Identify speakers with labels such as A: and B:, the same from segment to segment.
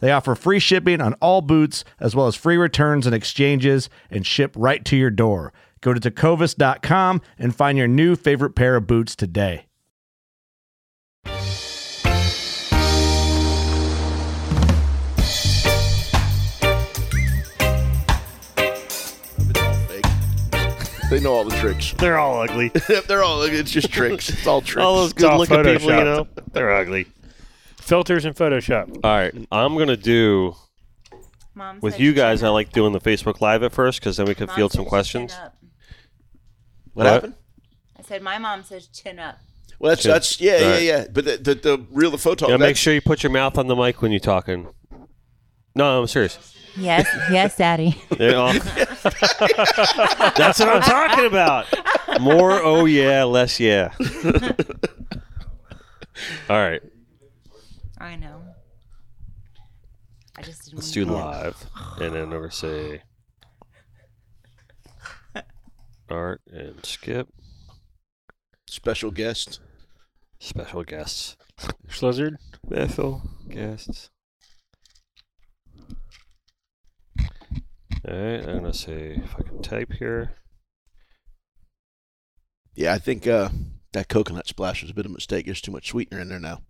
A: They offer free shipping on all boots, as well as free returns and exchanges, and ship right to your door. Go to tecovas.com and find your new favorite pair of boots today.
B: It's all fake. They know all the tricks.
C: They're all ugly.
B: They're all. It's just tricks. It's all tricks.
D: All those
C: It's all
D: good-looking people, you
C: photoshopped.
D: know.
C: They're ugly. Filters and Photoshop.
D: All right, I'm gonna do
E: Mom
D: with
E: said
D: you
E: she
D: guys. I
E: cannot-
D: like doing the Facebook Live at first because then we can
E: Mom
D: field
E: said
D: some
E: she
D: questions.
E: chin up.
B: what,
D: What?
B: happened?
E: I said my mom says chin up.
B: Well, that's that's yeah
D: All right.
B: yeah yeah. But the the, the real the photo.
D: Yeah,
B: Oh,
D: make
B: that's-
D: sure you put your mouth on the mic when you're talking. No, I'm serious.
E: Yes, yes, Daddy.
D: They're all- That's what I'm talking about. More oh yeah, less yeah. All right,
E: I know. I just didn't
D: let's do
E: wanna do
D: live, and then we're gonna say art and skip
B: special guest.
D: special guests.
C: Schlizzard.
D: Bethel guests. Alright, I'm gonna say if I can type here.
B: Yeah, I think uh, that coconut splash was a bit of a mistake. There's too much sweetener in there now.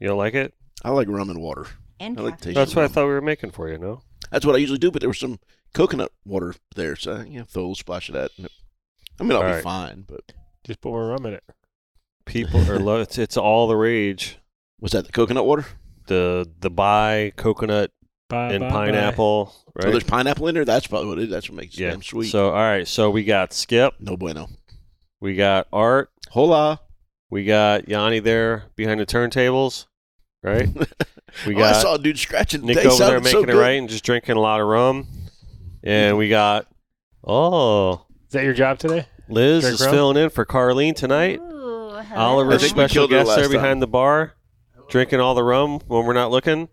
D: You don't like it?
B: I like rum and water.
E: And
B: I like the taste.
E: caffeine.
D: That's
B: of
D: what I
B: rum.
D: thought we were making for you, no?
B: That's what I usually do. But there was some coconut water there, so you know, throw a little splash of that. And it, I mean, I'll
D: All
B: be
D: right.
B: fine. But
C: Just put more rum in it.
D: People are lo it's it's all the rage.
B: was that the coconut water?
D: The the bi coconut
C: Bye,
D: and
C: bye, bye.
D: pineapple,
B: Oh,
D: right?
B: there's pineapple in there. That's probably what it is. That's what makes it
D: yeah.
B: damn sweet.
D: So all right, so we got Skip,
B: no bueno.
D: we got Art,
B: Hola.
D: we got Yanni there behind the turntables, right? We
B: Oh, I
D: got
B: saw a dude scratching.
D: Nick
B: They
D: over there
B: sounded so
D: making it
B: good.
D: right and just drinking a lot of rum. And we got oh
C: Is that your job today?
D: Liz
C: Drink
D: is
C: rum?
D: filling in for Carlene tonight.
E: Ooh, hello.
B: I
D: Oliver's
B: think we
D: special
B: killed her
D: guest
B: last
D: there
B: time.
D: behind the bar, drinking all the rum when we're not looking.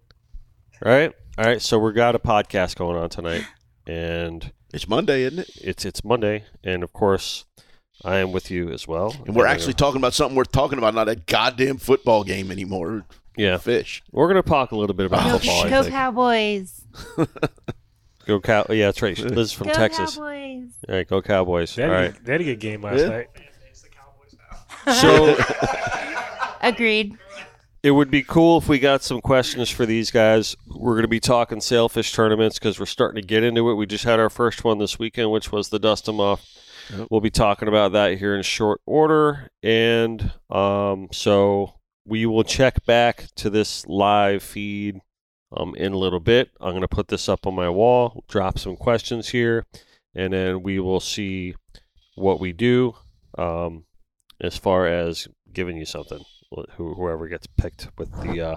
D: Right? All right, so we've got a podcast going on tonight. And
B: It's Monday, isn't it?
D: it's it's Monday. And of course I am with you as well.
B: And we're actually talking about something worth talking about, not a goddamn football game anymore.
D: Yeah.
B: Fish.
D: We're gonna talk a little bit about
B: Oh,
D: football. I
E: Go
D: think.
E: Cowboys.
D: Go cow yeah, that's right. Liz is from
E: go
D: Texas.
E: Cowboys.
D: All right, go Cowboys.
C: They
D: All
C: had, a
D: right.
C: good, they had a good game last
B: Yeah.
C: night.
D: So
E: Agreed.
D: It would be cool if we got some questions for these guys. We're going to be talking sailfish tournaments because we're starting to get into it. We just had our first one this weekend, which was the Dust 'em Off.
B: Yep.
D: We'll be talking about that here in short order. And um, so we will check back to this live feed um, in a little bit. I'm going to put this up on my wall, drop some questions here, and then we will see what we do um, as far as giving you something. Wh- who- Whoever gets picked with the uh,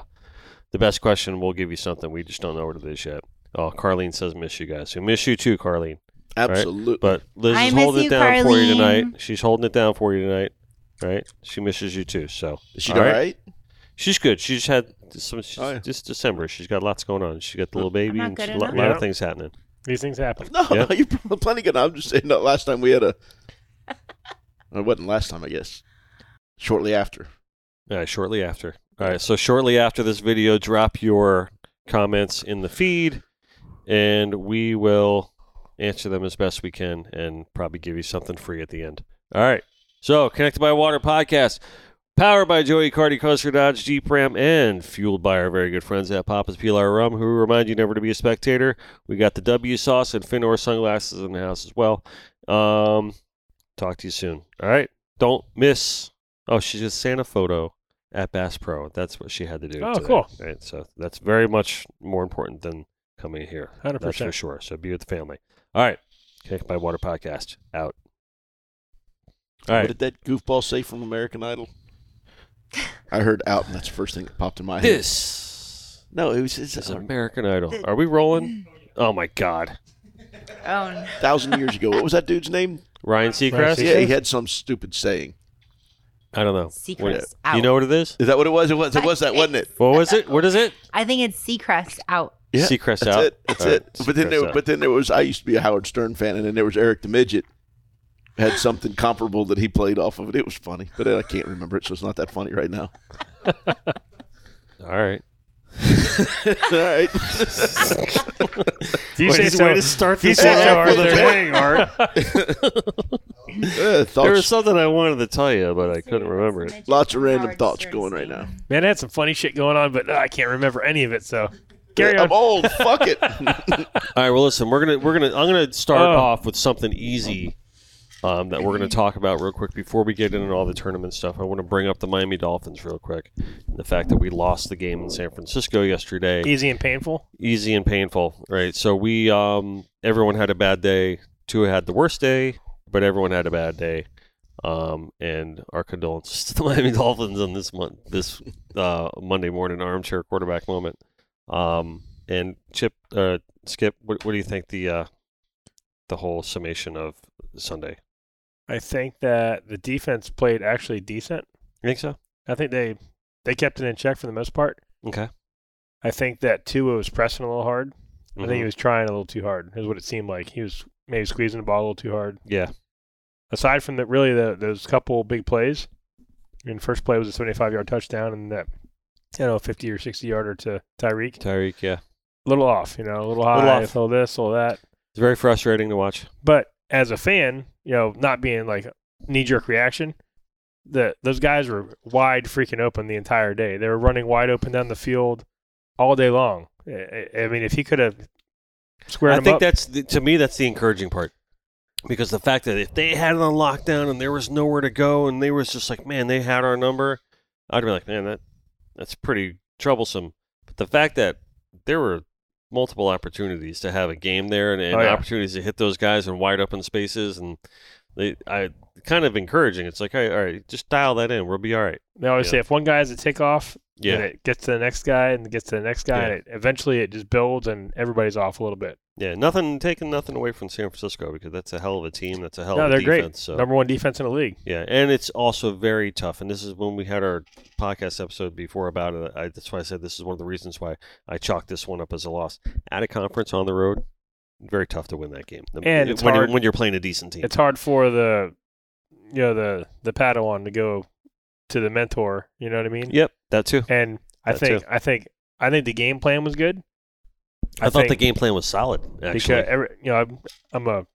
D: the best question will give you something. We just don't know what it is yet. Oh, Carlene says miss you guys. We miss you too, Carlene.
B: Absolutely.
D: But Liz
E: I
D: is
E: miss
D: holding it
E: you,
D: down for you tonight.
E: Carlene.
D: She's holding it down for you tonight. Right? She misses you too. So
B: Is she
D: all
B: all
D: right.
B: right?
D: She's good. She's had some. She's,
B: Oh, yeah.
D: Just December. She's got lots going on. She's got the little baby.
E: not
D: and
E: good
D: she's a lot,
E: enough.
D: lot of
C: Yeah.
D: things happening.
C: These things happen.
B: No,
D: Yeah.
B: no, you're pl- plenty good. I'm just saying that last time we had a. It wasn't last time, I guess. Shortly after.
D: Yeah, shortly after. All right, so shortly after this video, drop your comments in the feed, and we will answer them as best we can, and probably give you something free at the end. All right. So, connected by water podcast, powered by Joey Cardi, Chrysler Dodge Jeep Ram, and fueled by our very good friends at Papa's PLR Rum, who remind you never to be a spectator. We got the W sauce and Finor sunglasses in the house as well. Um, talk to you soon. All right. Don't miss. Oh, she just sent a photo at Bass Pro. That's what she had to do.
C: Oh,
D: today.
C: cool.
D: All right, so that's very much more important than coming here. That's for
C: 100%.
D: sure. So be with the family. All right. Connected by Water podcast out. All
B: What
D: right.
B: did that goofball say from American Idol? I heard out, and that's the first thing that popped in my head.
D: This
B: No, it was it's
D: is
B: a
D: American Idol. Are we rolling? Oh my God.
E: Oh, no.
B: thousand years ago. What was that dude's name?
D: Ryan Seacrest?
C: Seacrest?
B: Yeah, he had some stupid saying.
D: I don't know.
E: Seacrest
D: What-
E: out.
D: You know what it is?
B: Is that what it was? It was. It was that, wasn't it?
D: What was it? What is it?
E: I think it's Seacrest out.
B: Yeah,
D: Seacrest
B: that's
D: out.
B: It. That's
D: All right,
B: it. But then,
D: Seacrest
B: there,
D: out.
B: but then there was. I used to be a Howard Stern fan, and then there was Eric the Midget. Had something comparable that he played off of it. It was funny, but I can't remember it, so it's not that funny right now.
D: All right.
B: All right.
C: Do you
D: Way
C: say
D: to-
C: so?
D: way to start
C: Do you
D: this
C: say
D: one
C: so,
D: off with
C: Arthur?
D: a
C: Dang, Art.
B: Uh,
D: There was
B: thoughts.
D: something I wanted to tell you, but I couldn't remember it.
B: Lots of random
E: Howard
B: thoughts
E: Stern
B: going right now.
E: saying.
C: Man, I had some funny shit going on, but uh, I can't remember any of it. So carry on.
B: I'm old. Fuck it.
D: All right. Well, listen, we're gonna we're gonna I'm gonna start
C: Oh.
D: off with something easy um, that we're gonna talk about real quick before we get into all the tournament stuff. I want to bring up the Miami Dolphins real quick. The fact that we lost the game in San Francisco yesterday,
C: Easy and painful.
D: easy and painful. Right. So we um everyone had a bad day. Tua had the worst day, but everyone had a bad day. Um, and our condolences to the Miami Dolphins on this month, this uh, Monday morning armchair quarterback moment. Um, and Chip, uh, Skip, what, what do you think the uh, the whole summation of Sunday?
C: I think that the defense played actually decent.
D: You think so?
C: I think they they kept it in check for the most part.
D: Okay.
C: I think that Tua was pressing a little hard. I think
D: Mhm.
C: he was trying a little too hard. Is what it seemed like. He was maybe squeezing the ball a little too hard.
D: yeah.
C: Aside from that, really the, those couple big plays. I mean, first play was a 75-yard touchdown, and that I don't know 50 or 60 yarder to Tyreek.
D: Tyreek. Yeah.
C: A little off, you know, a little high, a little,
D: off.
C: this, a little that.
D: It's very frustrating to watch.
C: But as a fan, you know, not being like knee jerk reaction, the those guys were wide freaking open the entire day. They were running wide open down the field all day long. I, I- I mean, if he could have squared
D: I
C: them
D: think
C: up,
D: that's the, to me that's the encouraging part because the fact that if they had it on lockdown and there was nowhere to go and they was just like man they had our number I'd be like man that that's pretty troublesome but the fact that there were multiple opportunities to have a game there and, and
C: Oh, yeah.
D: opportunities to hit those guys in wide open spaces and they I kind of encouraging it's like all right, all right just dial that in we'll be all right
C: they always
D: yeah.
C: say if one guy has a takeoff,
D: yeah
C: and it gets to the next guy and it gets to the next guy,
D: Yeah.
C: and it, eventually it just builds and everybody's off a little bit.
D: yeah nothing taking nothing away from San Francisco because that's a hell of a team that's a hell
C: no,
D: of a
C: they're
D: Oh, defense
C: great.
D: so
C: Number one defense in the league.
D: Yeah, and it's also very tough. And this is when we had our podcast episode before about it. I, that's why I said this is one of the reasons why I chalked this one up as a loss at a conference on the road. Very tough to win that game. The-
C: And it's
D: when,
C: hard-
D: You're, when you're playing a decent team,
C: It's hard for the you know the the Padawan to go to the mentor. You know what I mean?
D: yep, that too.
C: And I
D: That
C: think
D: too.
C: I think I think the game plan was good.
D: I, thought the
C: think
D: game plan was solid. Actually,
C: because every, you know I'm, I'm a,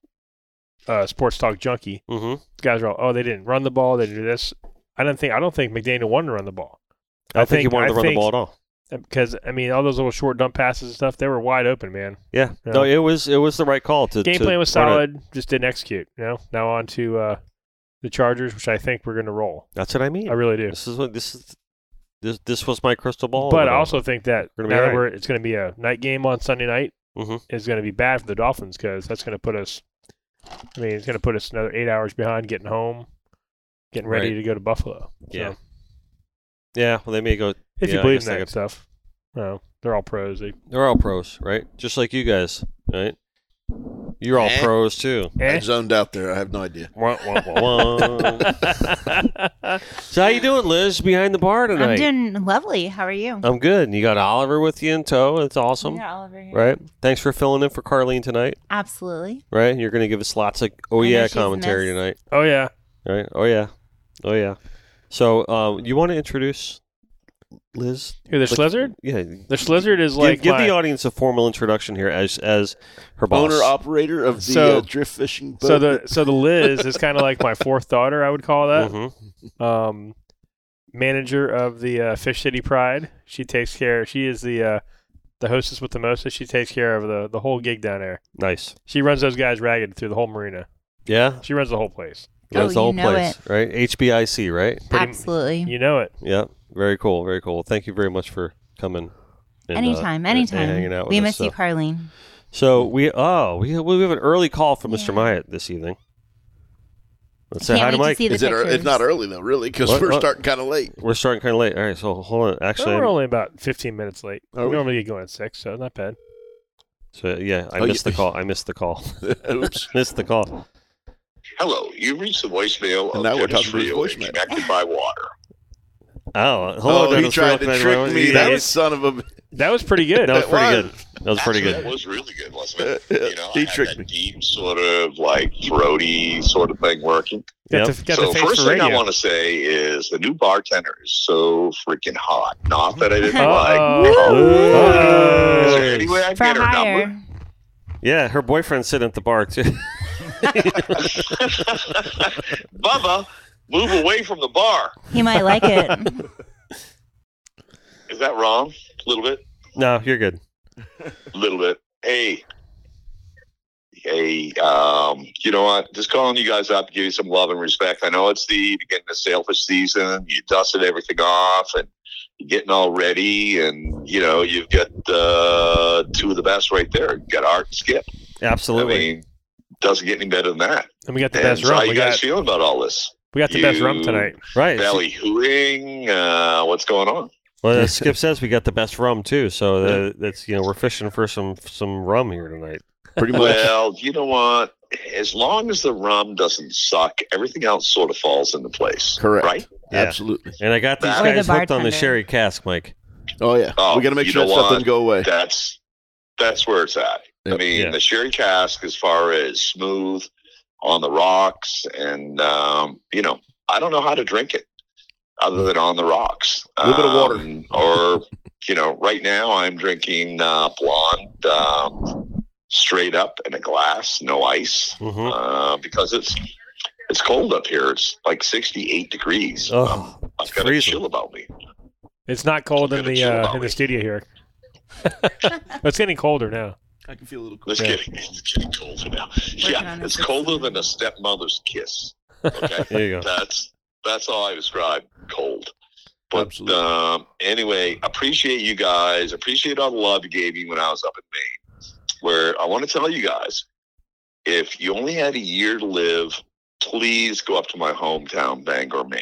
C: uh sports talk junkie.
D: hmm
C: Guys are all oh they didn't run the ball they didn't do this. I don't think I don't think McDaniel wanted to run the ball.
D: I, don't think, he
C: I
D: wanted to run
C: think-
D: the ball at all.
C: because I mean all those little short dump passes and stuff they were wide open man.
D: Yeah,
C: Yeah.
D: no, it was it was the right call. To
C: Game
D: to
C: plan was
D: run it.
C: solid, just didn't execute. You know now on to uh, the Chargers, which I think we're going to roll.
D: That's what I mean.
C: I really do.
D: This is what this is. This this was my crystal ball.
C: But
D: over
C: I
D: there.
C: also think that
D: We're
C: now
D: gonna be
C: that
D: all right.
C: we're, it's going to be a night game on Sunday night
D: Mhm.
C: is going to be bad for the Dolphins because that's going to put us. I mean, it's going to put us another eight hours behind getting home, getting ready
D: Right.
C: to go to Buffalo. So,
D: yeah, yeah. Well, they may go
C: if
D: Yeah,
C: you
D: I
C: believe
D: guess
C: in
D: they
C: that
D: could-
C: stuff, no, they're all pros. They,
D: they're all pros, right? Just like you guys, right? You're all
B: Eh?
D: pros too.
B: I zoned out there. I have no idea.
D: Wah, wah, wah, wah. so how you doing, Liz, behind the bar tonight?
E: I'm doing lovely. How are you?
D: I'm good. You got Oliver with you in tow. That's awesome.
E: Yeah, Oliver here.
D: Right. Thanks for filling in for Carlene tonight.
E: Absolutely.
D: Right. You're going to give us lots of oh
E: I know
D: yeah
E: she's
D: commentary
E: missed.
D: tonight.
C: Oh yeah.
D: Right. Oh yeah. Oh yeah. So um, you want to introduce Liz?
C: Here, the
D: Like-
C: Schlizzard.
D: Yeah.
C: The Schlizzard is like
D: give, give
C: my-
D: the audience a formal introduction here as as her boss.
B: Owner operator of the
C: So-
B: uh, drift fishing boat.
C: so the so the Liz is kind of like my fourth daughter. I would call
B: uh,
C: that.
D: Mhm.
C: Um, manager of the uh, Fish City Pride. She takes care. She is the uh, the hostess with the most. so She takes care of the the whole gig down there.
D: Nice.
C: She runs those guys ragged through the whole marina.
D: Yeah.
C: She runs the whole place.
E: Oh,
D: That's the
E: you
D: whole
E: know
D: place, right? HBIC, right?
C: Pretty-
E: Absolutely.
C: You know it.
D: Yeah. Very cool. Very cool. Thank you very much for coming. and, uh,
E: anytime,
D: and- and
E: anytime.
D: hanging out with
E: we
D: us,
E: miss
D: so.
E: you, Carlene.
D: So we oh we we have an early call from Mr.
E: Yeah.
D: Myatt this evening. Let's say
E: Can't
D: hi to
E: wait to
D: Mike.
E: see the
B: is it? ear-
E: pictures.
B: It's not early though, really, because
D: What-
B: we're
D: what?
B: starting kind of late.
D: We're starting kind of late. All right, so hold on. Actually,
C: Well, we're only about 15 minutes late.
D: Oh,
B: Are
C: we
B: we?
C: normally get going at six, so not bad.
D: so yeah, I
B: Oh,
D: missed
B: you-
D: the call. I missed the call.
B: Oops.
D: missed the call.
F: Hello, you reached the voicemail
B: And
F: of
B: now we're
F: Dennis
B: talking about his
F: Rio and
B: voicemail.
F: connected by water.
D: Oh, hello.
B: oh, he
D: Dennis
B: tried to
D: Rothman.
B: trick me.
D: Yeah,
B: That
D: yeah.
B: was son of a.
C: That was pretty good.
D: that was pretty
B: that
D: good. That was pretty
F: Actually,
D: good.
F: That was really good, wasn't it? You know,
B: Uh, He
F: I had
B: tricked
F: that
B: me.
F: Deep, sort of like throaty sort of thing working.
C: Got,
D: Yep.
C: the, got
F: so
C: the face
F: first
C: for
F: thing
C: radio.
F: I want to say is the new bartender is so freaking hot. Not that I didn't like.
C: Uh-oh.
F: Is there any way I
E: For
F: can get her
E: hire.
F: number?
D: Yeah, her boyfriend's sitting at the bar too.
F: Bubba, move away from the bar.
E: He might like it.
F: Is that wrong? A little bit.
D: no, you're good.
F: little bit. Hey, hey, um, you know what? Just calling you guys up to give you some love and respect. I know it's the beginning of sailfish season. You dusted everything off and you're getting all ready, and you know you've got uh, two of the best right there. You got Art and Skip.
D: Absolutely.
F: I mean, doesn't get any better than that.
C: and we got the
F: And
C: best
F: so how
C: rum.
F: you
C: We
F: guys
C: got,
F: feeling about all this?
C: we got the best rum
F: you-
C: tonight.
D: right.
F: Valley hooing. Uh, what's going on?
D: Well, as Skip says we got the best rum too. So the, that's you know we're fishing for some some rum here tonight.
B: Pretty much.
F: Well, you know what? As long as the rum doesn't suck, everything else sort of falls into place.
B: Correct.
F: Right?
D: Yeah.
B: Absolutely.
D: And I got these
F: Or the
D: guys hooked on the
E: bartender.
D: sherry cask, Mike.
B: Oh yeah.
F: Oh,
B: we got to make
F: you
B: sure that
F: know
B: stuff
F: what?
B: doesn't go away.
F: that's that's where it's at.
B: Yeah,
F: I mean,
D: yeah.
F: the sherry cask, as far as smooth on the rocks, and um, you know, I don't know how to drink it other than on the rocks.
B: Mm. A little bit of water.
F: Um, or you know, right now I'm drinking uh, blonde um, straight up in a glass, no ice,
D: Mm-hmm.
F: uh, because it's it's cold up here. It's like 68 degrees.
D: Oh,
F: um, I've got
D: freezing.
F: a chill about me.
C: It's not cold in
F: Gonna
C: the
F: chill
C: uh,
F: out,
C: in the
F: Rick.
C: studio here. it's getting colder now.
B: I can feel a little. Cool.
F: Just
C: Yeah.
F: kidding. It's getting colder now. yeah,
E: on it.
F: it's colder than a stepmother's kiss. Okay,
D: there you go.
F: that's that's all I describe cold. But
B: Absolutely.
F: um, anyway, appreciate you guys. Appreciate all the love you gave me when I was up in Maine. Where I want to tell you guys, if you only had a year to live, please go up to my hometown, Bangor, Maine.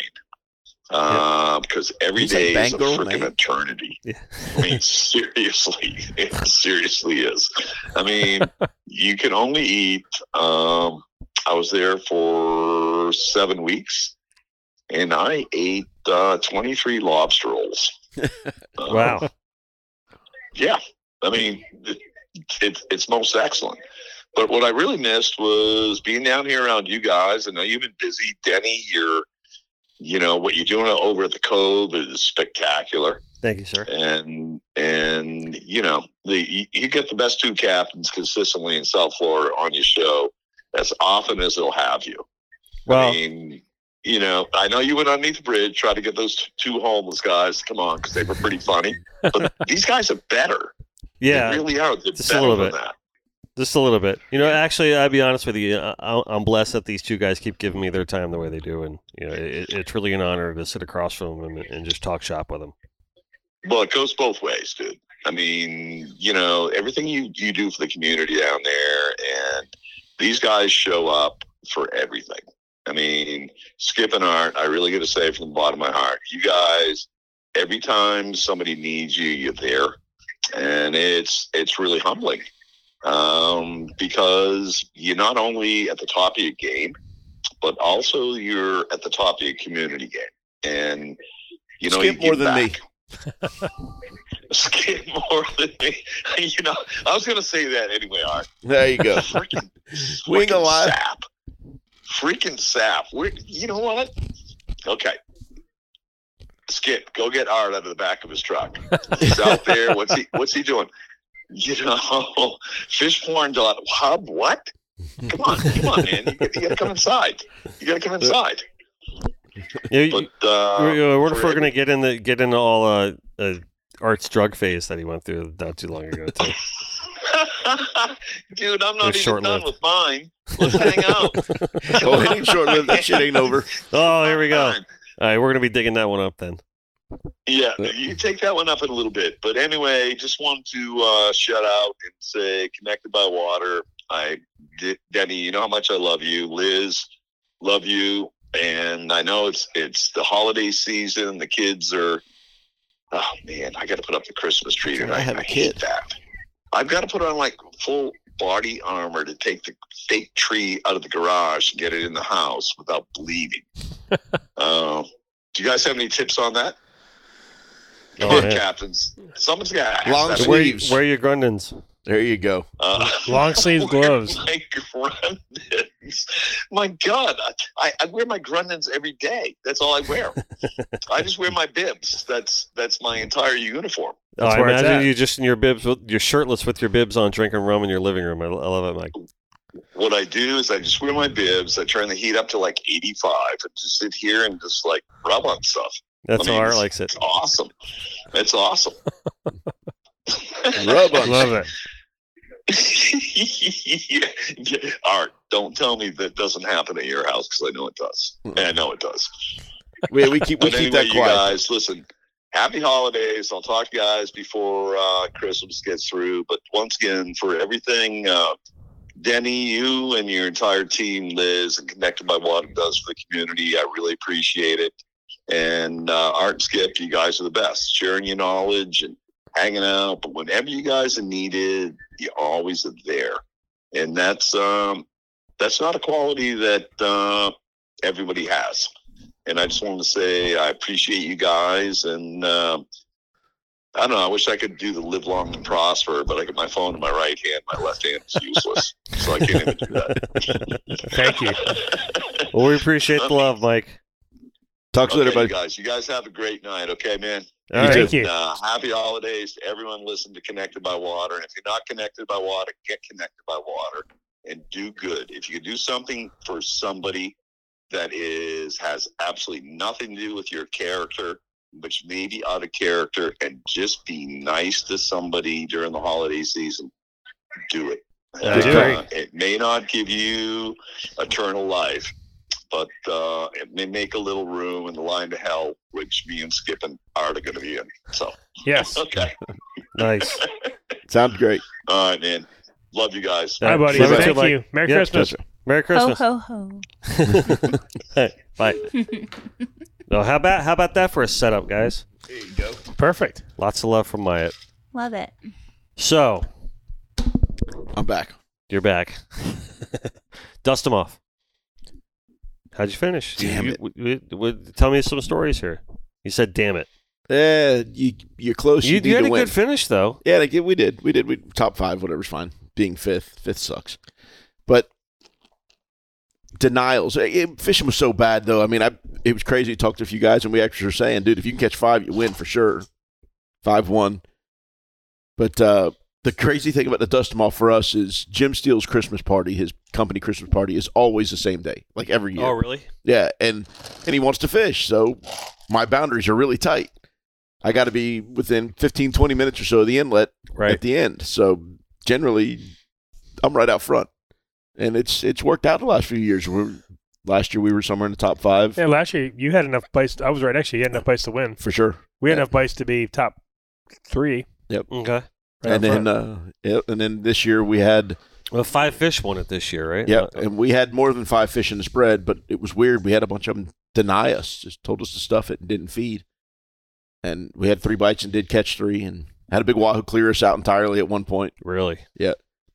F: Uh, because every
B: You say
F: day is a
B: Bangor,
F: freaking
B: Maine?
F: eternity.
D: Yeah.
F: I mean, seriously, it seriously is. I mean, you can only eat. Um, I was there for seven weeks, and I ate uh, twenty-three lobster rolls. Uh,
D: Wow.
F: yeah, I mean, it, it, it's most excellent. But what I really missed was being down here around you guys. I know you've been busy, Denny. You're, you know, what you're doing over at the Cove is spectacular
D: Thank you, sir.
F: and and you know the you, you get the best two captains consistently in South Florida on your show as often as they'll have you. I
D: Well,
F: mean, you know, I know you went underneath the bridge, tried to get those t- two homeless guys to come on because they were pretty funny. But these guys are better.
D: yeah,
F: they really are. They're
D: just a
F: better
D: little
F: than
D: bit.
F: that.
D: just a little bit. You know, actually, I'll be honest with you. I- I, I'm blessed that these two guys keep giving me their time the way they do, and you know, it, it's really an honor to sit across from them and, and just talk shop with them.
F: Well, it goes both ways, dude. I mean, you know, everything you, you do for the community down there, and these guys show up for everything. I mean, Skip and Art, I really got to say from the bottom of my heart, you guys, every time somebody needs you, you're there, and it's it's really humbling. um, because you're not only at the top of your game, but also you're at the top of your community game. And you know,
B: Skip
F: you
B: more
F: give
B: than me.
F: back. Skip more than me. you know, I was going to say that anyway, Art
B: There you go.
F: freaking,
B: We ain't
F: freaking
B: gonna lie.
F: sap. Freaking sap. We're, you know what? Okay. Skip, go get Art out of the back of his truck. He's out there. What's he what's he doing? You know, fish porn dot hub, what? Come on, come on, man. You, gotta- you gotta come inside. You gotta come
D: Uh,
F: inside.
D: Yeah, you-
F: But uh
D: we- uh, what if
F: for
D: we're gonna get in the get into all uh, uh Art's drug phase that he went through not too long ago? Too.
F: Dude,
D: They're
F: I'm not even done
D: short-lived.
F: with mine. Let's hang out.
B: Oh, it ain't short-lived. That shit ain't over.
D: oh, here we go. All
F: Fine.
D: right, we're gonna be digging that one up then.
F: Yeah, you take that one up in a little bit. But anyway, just want to uh, shout out and say connected by water. I, D- Denny, you know how much I love you. Liz, love you. And I know it's it's the holiday season. The kids are. Oh man, I got to put up the Christmas tree
B: Dude,
F: tonight.
B: I have a
F: hate
B: kid.
F: That I've got to put on like full body armor to take the fake tree out of the garage and get it in the house without bleeding. uh, do you guys have any tips on that? Come
D: Oh,
F: on,
D: yeah.
F: captains. Someone's got to
B: Long
F: ask that.
B: sleeve.
D: Where,
B: Sleeves.
D: where are your Grundins?
B: There you go.
F: Uh,
C: Long sleeves
F: where are
C: gloves.
F: My Grundins. My God, I- I, I wear my Grundins every day. That's all I wear. I just wear my bibs. That's that's my entire uniform.
D: Oh,
C: That's
D: I
C: where it's at.
D: imagine you just in your bibs, with, you're shirtless with your bibs on, drinking rum in your living room. I, I love it, Mike.
F: What I do is I just wear my bibs. I turn the heat up to like 85 and just sit here and just like rub on stuff.
D: That's
F: I mean,
D: how Art
F: it's-
D: likes it.
F: It's awesome. It's awesome.
B: Rub on.
C: Love it.
F: yeah. Art, don't tell me that doesn't happen at your house because I know it does. And I know it does.
B: We, we keep we
F: But
B: keep
F: anyway,
B: that
F: you
B: quiet.
F: guys, listen. Happy holidays. I'll talk to you guys before uh, Christmas gets through. But once again, for everything, uh, Denny, you and your entire team, Liz, and Connected by Water does for the community, I really appreciate it. And uh, Art and Skip, you guys are the best. Sharing your knowledge and hanging out. But whenever you guys are needed, you always are there. And that's um, that's not a quality that uh, everybody has and I just wanted to say I appreciate you guys. And um I don't know. I wish I could do the live long and prosper, but I got my phone in my right hand. My left hand is useless, so I can't even do that.
C: Thank you.
D: Well, we appreciate the love, Mike.
B: Talk to
F: Okay,
B: you later,
F: you
B: buddy.
F: guys. You guys have a great night. Okay, man.
D: All right.
C: Thank you.
F: Uh, happy holidays to everyone. Listen to Connected by Water, and if you're not connected by water, get connected by water and do good. If you could do something for somebody that is has absolutely nothing to do with your character, but you may be out of character, and just be nice to somebody during the holiday season, do it. uh,
C: I do
F: it may not give you eternal life, but uh, it may make a little room in the line to hell, which me and Skip and Art are going to be in. So,
C: Yes.
F: okay.
D: Nice.
B: Sounds great.
F: All right, man. Love you guys.
C: Hi, buddy.
D: Love
B: you
C: Thank
D: too, Mike.
C: you. Merry
D: Yeah,
C: Christmas.
D: Merry
E: Ho,
D: Christmas.
E: ho, ho.
D: Hey, Bye. No, how about how about that for a setup, guys?
C: Perfect.
D: Lots of love from Wyatt.
E: Love it.
D: So
B: I'm back.
D: you're back. Dust them off. How'd you finish?
B: Damn
D: You-
B: it.
D: you- w- w- tell me some stories here. You said, "Damn it!"
B: Yeah, you you're close. You,
D: You,
B: need
D: you had
B: to
D: a
B: win.
D: good finish, though.
B: Yeah, like, we did. We did. We top five, whatever's fine. Being fifth, fifth sucks. But denials. Eh, eh, fishing was so bad, though. I mean, I it was crazy. Talked to a few guys, and we actually were saying, dude, if you can catch five, you win for sure. Five one. But uh, the crazy thing about the dust them off for us is Jim Steele's Christmas party, his company Christmas party, is always the same day, like every year.
D: Oh, really?
B: Yeah, and and he wants to fish, so my boundaries are really tight. I got to be within 15, 20 minutes or so of the inlet
D: Right.
B: at the end. So generally, I'm right out front, and it's it's worked out the last few years. We're, last year we were somewhere in the top five
C: Yeah, last year you had enough bites. I was right. Actually, you had enough bites to win.
B: for sure,
C: We had
B: Yeah.
C: enough bites to be top three.
D: okay.
C: Right
B: and
C: up
B: then
C: front.
B: uh, yeah, and then this year we had
D: Well, five fish won it this year, right?
B: yeah,
D: Uh,
B: and we had more than five fish in the spread, but it was weird. We had a bunch of them deny us, just told us to stuff it and didn't feed. And we had three bites and did catch three, and had a big wahoo clear us out entirely at one point.
D: really?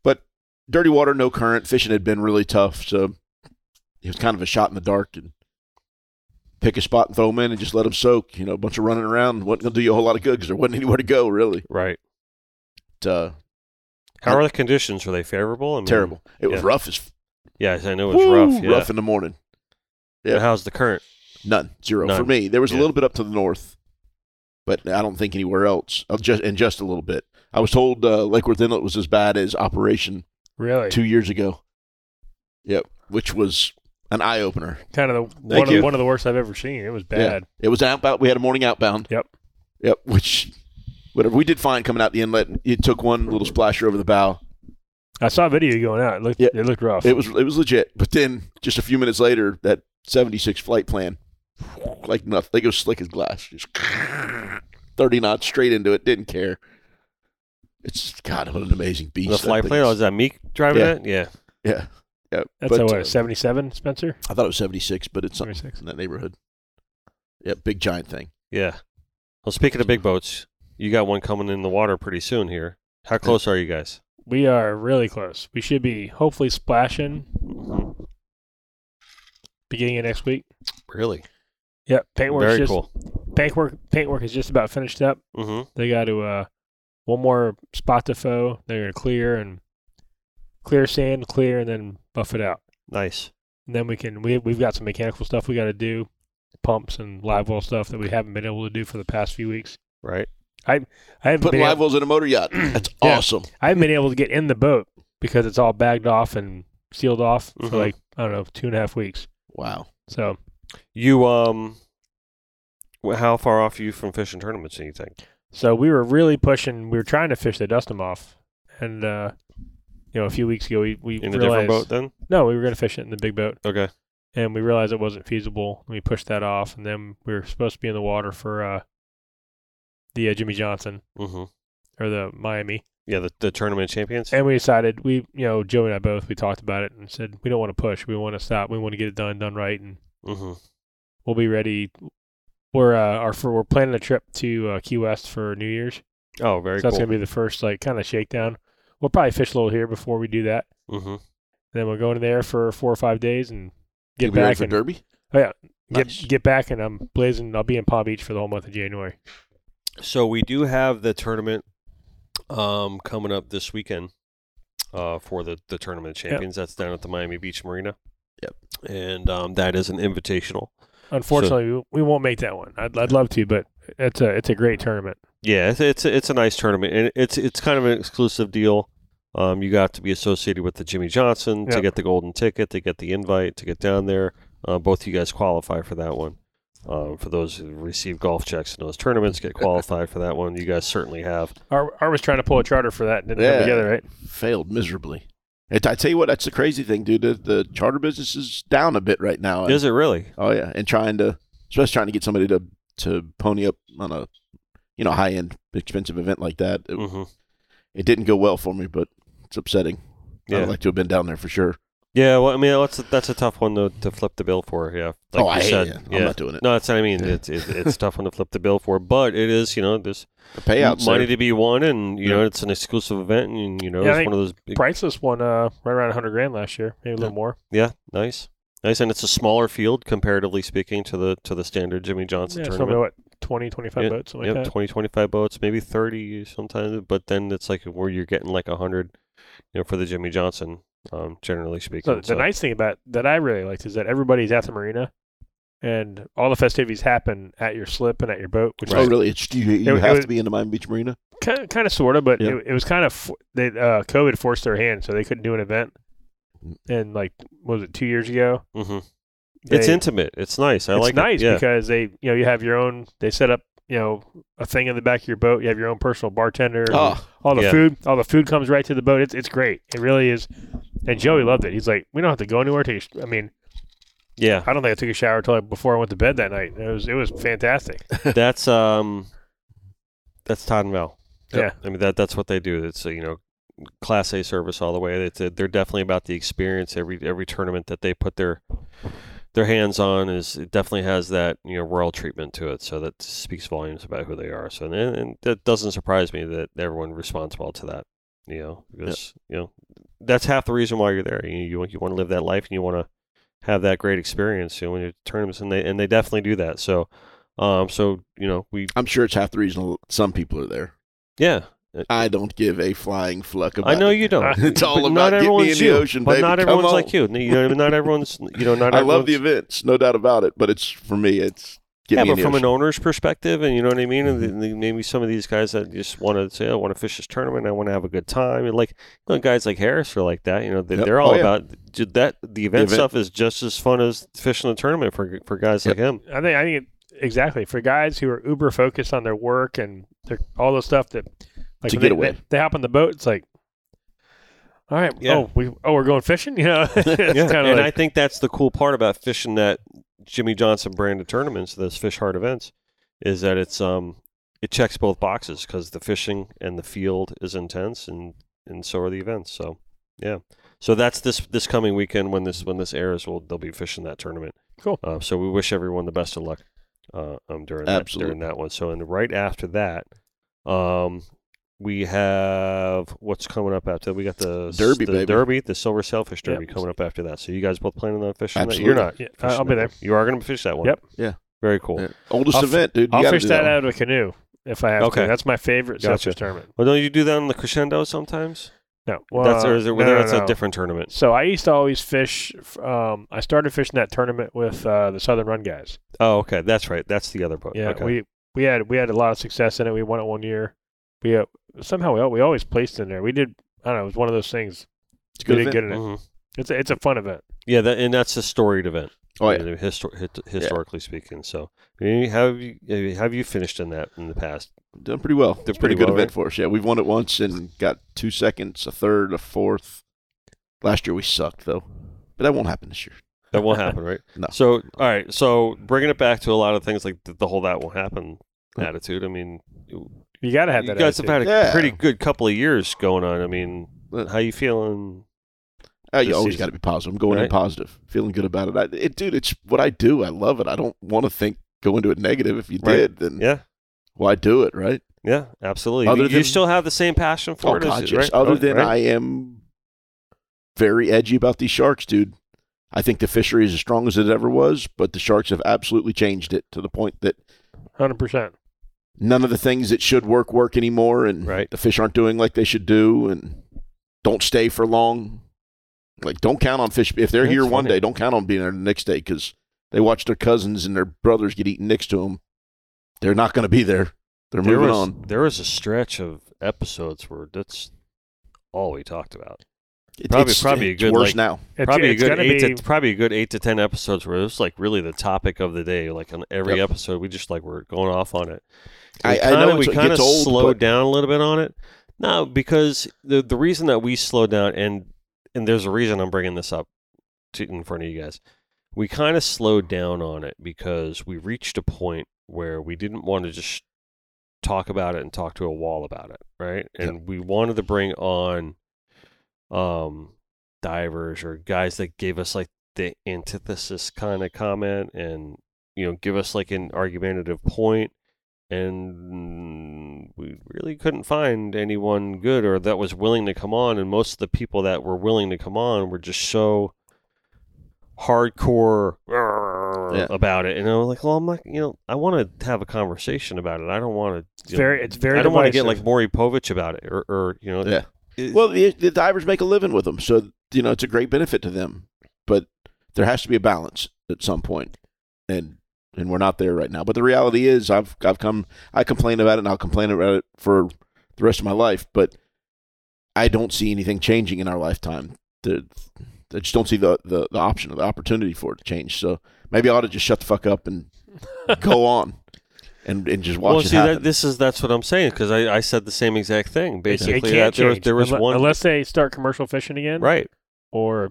B: But dirty water, no current. Fishing had been really tough, so it was kind of a shot in the dark and pick a spot and throw them in and just let them soak. You know, a bunch of running around wasn't going to do you a whole lot of good because there wasn't anywhere to go really.
D: Right.
B: But, uh,
D: Mm-hmm. How are the conditions? Were they favorable? I mean,
B: terrible. It was
D: yeah.
B: rough as
D: Yeah, I know it was rough.
B: Woo!
D: Yeah.
B: rough in the morning. yeah.
D: And How's the current?
B: None, zero for
D: None.
B: me. There was a
D: Yeah.
B: little bit up to the north, but I don't think anywhere else. Uh, just and just a little bit. I was told uh, Lake Worth Inlet was as bad as Operation
C: Really,
B: two years ago. Yep, which was an eye opener.
C: kind of the
B: Thank
C: one of,
B: you.
C: one of the worst I've ever seen. It was
B: Yeah.
C: bad.
B: It was outbound. We had a morning outbound.
C: Yep.
B: Yep. Which, whatever we did find coming out the inlet, it took one little splasher over the bow.
C: I saw a video going out. It looked
B: Yeah.
C: it looked rough.
B: It was it was legit. But then just a few minutes later, that seventy six flight plan, like nothing. They go slick as glass. Just thirty knots straight into it. Didn't care. It's God, what an amazing beast.
D: The
B: that
D: fly
B: thing
D: plane?
B: is.
D: Oh, is that Meek driving
B: Yeah.
D: it? Yeah.
B: yeah, yeah.
C: That's
B: but,
C: a,
B: uh,
C: what seventy seven, Spencer.
B: I thought it was seventy six, but it's something
C: 76.
B: in that neighborhood. Yeah, big giant thing.
D: Yeah. Well, speaking of big boats, you got one coming in the water pretty soon here. How close are you guys?
C: We are really close. We should be hopefully splashing beginning of next week.
D: Really?
C: Yep, paintwork
D: Very
C: just
D: cool.
C: paintwork paintwork is just about finished up.
D: Mm-hmm.
C: They got to uh one more spot to foe. They're gonna clear and clear sand, clear and then buff it out.
D: Nice.
C: And then we can we we've got some mechanical stuff we got to do, pumps and live well stuff that we haven't been able to do for the past few weeks.
D: Right.
C: I haven't
B: Putting
C: been
B: live
C: able,
B: wells in a motor yacht. That's
C: Yeah.
B: awesome.
C: I haven't been able to get in the boat because it's all bagged off and sealed off
D: Mhm.
C: for like I don't know two and a half weeks.
B: Wow.
C: So
D: You um, wh- how far off are you from fishing tournaments? Do you think?
C: so we were really pushing. We were trying to fish the dust them off, and uh, you know a few weeks ago we we
D: In a
C: realized
D: different boat then?
C: no we were going to fish it in the big boat.
D: Okay.
C: and we realized it wasn't feasible. and We pushed that off, and then we were supposed to be in the water for uh, the uh, Jimmy Johnson
D: Mm-hmm.
C: or the Miami,
D: Yeah, the, the tournament champions.
C: and we decided we, you know, Joe and I both we talked about it and said we don't want to push. We want to stop. We want to get it done, done right, and
D: Mm-hmm.
C: we'll be ready. We're uh, our, for, we're planning a trip to uh, Key West for New Year's,
D: Oh, very
C: so that's
D: cool.
C: gonna be the first like kind of shakedown. We'll probably fish a little here before we do that.
D: mm-hmm.
C: Then we're going there for four or five days and
B: You'll
C: get
B: be ready
C: back
B: for
C: and Oh,
B: Derby.
C: get
B: Nice.
C: get back and I'm blazing. I'll be in Palm Beach for the whole month of January.
D: So we do have the tournament um coming up this weekend uh for the the tournament champions. That's down at the Miami Beach Marina.
B: Yep.
D: And um that is an invitational.
C: Unfortunately, we we won't make that one. I'd, I'd love to, but it's a it's a great tournament.
D: Yeah, it's it's a, it's a nice tournament, and it's it's kind of an exclusive deal. Um, you got to be associated with the Jimmy Johnson to
C: Yep.
D: get the golden ticket, to get the invite, to get down there. Uh, both you guys qualify for that one. Um, for those who receive golf checks in those tournaments, get qualified for that one. You guys certainly have.
C: Art, Art was trying to pull a charter for that and didn't
B: Yeah.
C: come together, right?
B: failed miserably. And I tell you what, that's the crazy thing, dude. The, the charter business is down a bit right now.
D: Is it really?
B: Oh yeah, and trying to, especially trying to get somebody to to pony up on a, you know, high end expensive event like that. It,
D: hmm
B: it didn't go well for me, but it's upsetting.
D: Yeah,
B: I'd like to have been down there for sure.
D: yeah. Well, I mean, that's a, that's a tough one to, to flip the bill for. Yeah.
B: oh,
D: Like you
B: I hate
D: said,
B: it.
D: Yeah.
B: I'm not doing it.
D: no, that's what I mean.
B: Yeah.
D: It's it's it's a tough one to flip the bill for, but it is. You know, there's
B: The payouts.
D: money
B: there.
D: to be won, and you
B: Yeah.
D: know it's an exclusive event, and you know
C: Yeah, I
D: it's
C: think
D: one of those. Big,
C: Priceless won uh, right around 100 grand last year, maybe a little more.
D: yeah, nice, nice, and it's a smaller field comparatively speaking to the to the standard Jimmy Johnson
C: Yeah, it's probably
D: tournament.
C: what 20, 25 boats, something
D: yep,
C: like that.
D: 20, 25 boats, maybe thirty sometimes, but then it's like where you're getting like hundred, you know, for the Jimmy Johnson, um, generally
C: So
D: speaking.
C: the nice thing about that I really liked is that everybody's at the marina, and all the festivities happen at your slip and at your boat, which
B: Oh
C: is
B: really? It's you, you
C: It- it
B: have
C: was-
B: to be in the Miami Beach Marina.
C: kind, kind of sort of, but
B: Yeah.
C: it, it was kind of fo- they uh, COVID forced their hand, so they couldn't do an event.
D: Mm.
C: And like, what was it two years ago?
D: hmm It's
C: They-
D: intimate. It's nice. I
C: it's
D: like
C: nice
D: it. Yeah.
C: because they, you know, you have your own. They set up, you know, a thing in the back of your boat. You have your own personal bartender.
B: Oh,
C: all the
D: yeah.
C: food, all the food comes right to the boat. It's it's great. It really is. And Joey loved it. He's like, we don't have to go anywhere. Take. a sh- I mean,
D: yeah.
C: I don't think I took a shower until before I went to bed that night. It was it was fantastic.
D: that's um that's Todd and Val.
C: Yep.
D: I mean that that's what they do. It's a, you know class A service all the way. It's a, they're definitely about the experience. Every every tournament that they put their their hands on is it definitely has that you know royal treatment to it. So that speaks volumes about who they are. So and, and that doesn't surprise me that everyone responds well to that. You know because you know that's half the reason why you're there. You you, you want to live that life and you want to have that great experience. You know, when you tournaments and they and they definitely do that. So, um, so you know we
B: I'm sure it's half the reason some people are there.
D: yeah.
B: I don't give a flying fluck about.
D: I know
B: it.
D: you don't.
B: It's all
D: But
B: about
D: not
B: get me
D: everyone's
B: in the
D: you,
B: ocean,
D: but
B: baby.
D: not
B: Come
D: everyone's
B: on.
D: like you. You know, not everyone's. You know, not.
B: I love the
D: everyone's-
B: events, no doubt about it. But it's for me, it's get
D: yeah,
B: me in
D: but
B: the
D: from an
B: ocean. Mm-hmm.
D: owner's perspective, and you know what I mean, and the- the- maybe some of these guys that just want to say, "I want to fish this tournament, I want to have a good time," and like you know, guys like Harris are like that. You know, they,
B: Yep.
D: they're all
B: Oh, yeah.
D: about dude, that. The event,
B: event.
D: stuff is just as fun as fishing the tournament for for guys like him.
C: I think I think it, exactly for guys who are uber focused on their work and their all the stuff that like
B: To
C: when
B: get
C: they,
B: away.
C: They, they hop on the boat. It's like, all right,
D: Yeah.
C: oh we oh we're going fishing. You know, it's kinda
D: and I
C: like,
D: think that's the cool part about fishing that Jimmy Johnson brand of tournaments, those fish hard events, is that it's um it checks both boxes because the fishing and the field is intense, and and so are the events. So yeah, so that's this this coming weekend when this when this airs, will they'll be fishing that tournament.
C: Cool.
D: Uh, so we wish everyone the best of luck uh, um during
B: Absolutely.
D: that, during that one. So and right after that, um. We have what's coming up after we got the
B: Derby,
D: the
B: baby.
D: derby, the silver sailfish
C: Yep.
D: derby coming up after that. So you guys both planning on fishing? that? You're
B: Absolutely.
D: not.
C: yeah, I- I'll
D: fishing
C: be
D: that
C: there.
D: one. You are going to fish that one.
C: Yep.
B: Yeah.
D: Very cool.
B: Yeah. Oldest
C: I'll f-
B: event, dude. You
C: I'll
B: gotta
C: fish
B: do
C: that,
B: one.
C: out of a canoe if I have
D: Okay.
C: to. That's my favorite
D: Gotcha.
C: Selfish tournament.
D: Well, don't you do that on the crescendo sometimes?
C: No, well,
D: that's or is it,
C: no, no,
D: that's
C: no.
D: a different tournament.
C: So I used to always fish. f- Um, I started fishing that tournament with uh, the Southern Run guys.
D: Oh, okay. That's right. That's the other boat.
C: Yeah,
D: Okay.
C: we we had we had a lot of success in it. We won it one year. We uh, somehow we, al- we always placed in there. We did. I don't know. It was one of those things.
B: It's a
C: We
B: good event.
C: did good in it.
D: Mhm.
C: It's a, it's a fun event.
D: Yeah, that, and that's a storied event.
B: Oh yeah.
D: you know, histor- hit- historically speaking. So, I mean, have you have you finished in that in the past?
B: done pretty well.
D: Did
B: It's pretty,
D: pretty
B: good
D: well,
B: event
D: right?
B: for us. Yeah, we've won it once and got two seconds, a third, a fourth. Last year we sucked though, but that won't happen this year.
D: That won't happen, right?
B: No.
D: So, all right. So, bringing it back to a lot of things like the, the whole "that won't happen"
B: Mm.
D: attitude. I mean,
C: You gotta have
D: you
C: that.
D: guys have
C: attitude.
D: had a
B: Yeah.
D: pretty good couple of years going on. I mean, how you feeling?
B: Uh, you
D: This
B: always
D: season.
B: got to be positive. I'm going in
D: Right.
B: positive, feeling good about it. I, it. Dude, it's what I do. I love it. I don't want to think go into it negative. If you
D: Right.
B: did, then
D: Yeah,
B: why do it, right?
D: yeah, absolutely.
B: Mm. Other
D: you, you
B: than-
D: still have the same passion for
B: Oh,
D: it, as-
B: God, yes.
D: right?
B: Other
D: Oh,
B: than
D: right?
B: I am very edgy about these sharks, dude. I think the fishery is as strong as it ever was, but the sharks have absolutely changed it to the point that
C: hundred percent.
B: none of the things that should work work anymore and
D: Right.
B: the fish aren't doing like they should do and don't stay for long like don't count on fish if they're
D: That's
B: here one
D: funny.
B: day don't count on being there the next day because they watch their cousins and their brothers get eaten next to them they're not going to be there they're
D: there
B: moving
D: was,
B: on
D: There was a stretch of episodes where that's all we talked about.
B: It-
D: probably-
B: it's,
D: probably a
B: it's
D: good,
B: worse
D: like-
B: now
C: It's,
D: probably
C: it's
D: a good
C: gonna
D: eight
C: be
D: to probably a good eight to ten episodes where it was like really the topic of the day. Like on every
B: Yep.
D: episode, we just like were going off on it.
B: I-
D: We
B: I know
D: kinda-
B: it's-
D: we
B: it
D: kind of
B: gets old,
D: slowed
B: but-
D: down a little bit on it. No, because the the reason that we slowed down and and there's a reason I'm bringing this up to, in front of you guys. We kind of slowed down on it because we reached a point where we didn't want to just talk about it and talk to a wall about it, right? And we wanted to bring on um divers or guys that gave us like the antithesis kind of comment and you know give us like an argumentative point and we really couldn't find anyone good or that was willing to come on and most of the people that were willing to come on were just so hardcore
B: Yeah.
D: about it and i was like well i'm not you know i want to have a conversation about it i don't want
C: it's
D: to
C: very it's very.
D: i don't want to get like
C: divisive.
D: maury povich about it or, or you know
B: Yeah.
D: it-
B: well the, the divers make a living with them so you know it's a great benefit to them but there has to be a balance at some point and and we're not there right now but the reality is i've i've come i complain about it and i'll complain about it for the rest of my life but i don't see anything changing in our lifetime the, i just don't see the, the the option or the opportunity for it to change so maybe i ought to just shut the fuck up and go on and and just watch
D: well,
B: it
D: see,
B: happen
D: that, this is that's what I'm saying because I, I said the same exact thing.
C: It- it
D: Basically,
C: can't
D: that there was,
C: change.
D: there was
C: Unle-
D: one
C: unless they start commercial fishing again,
D: right.
C: Or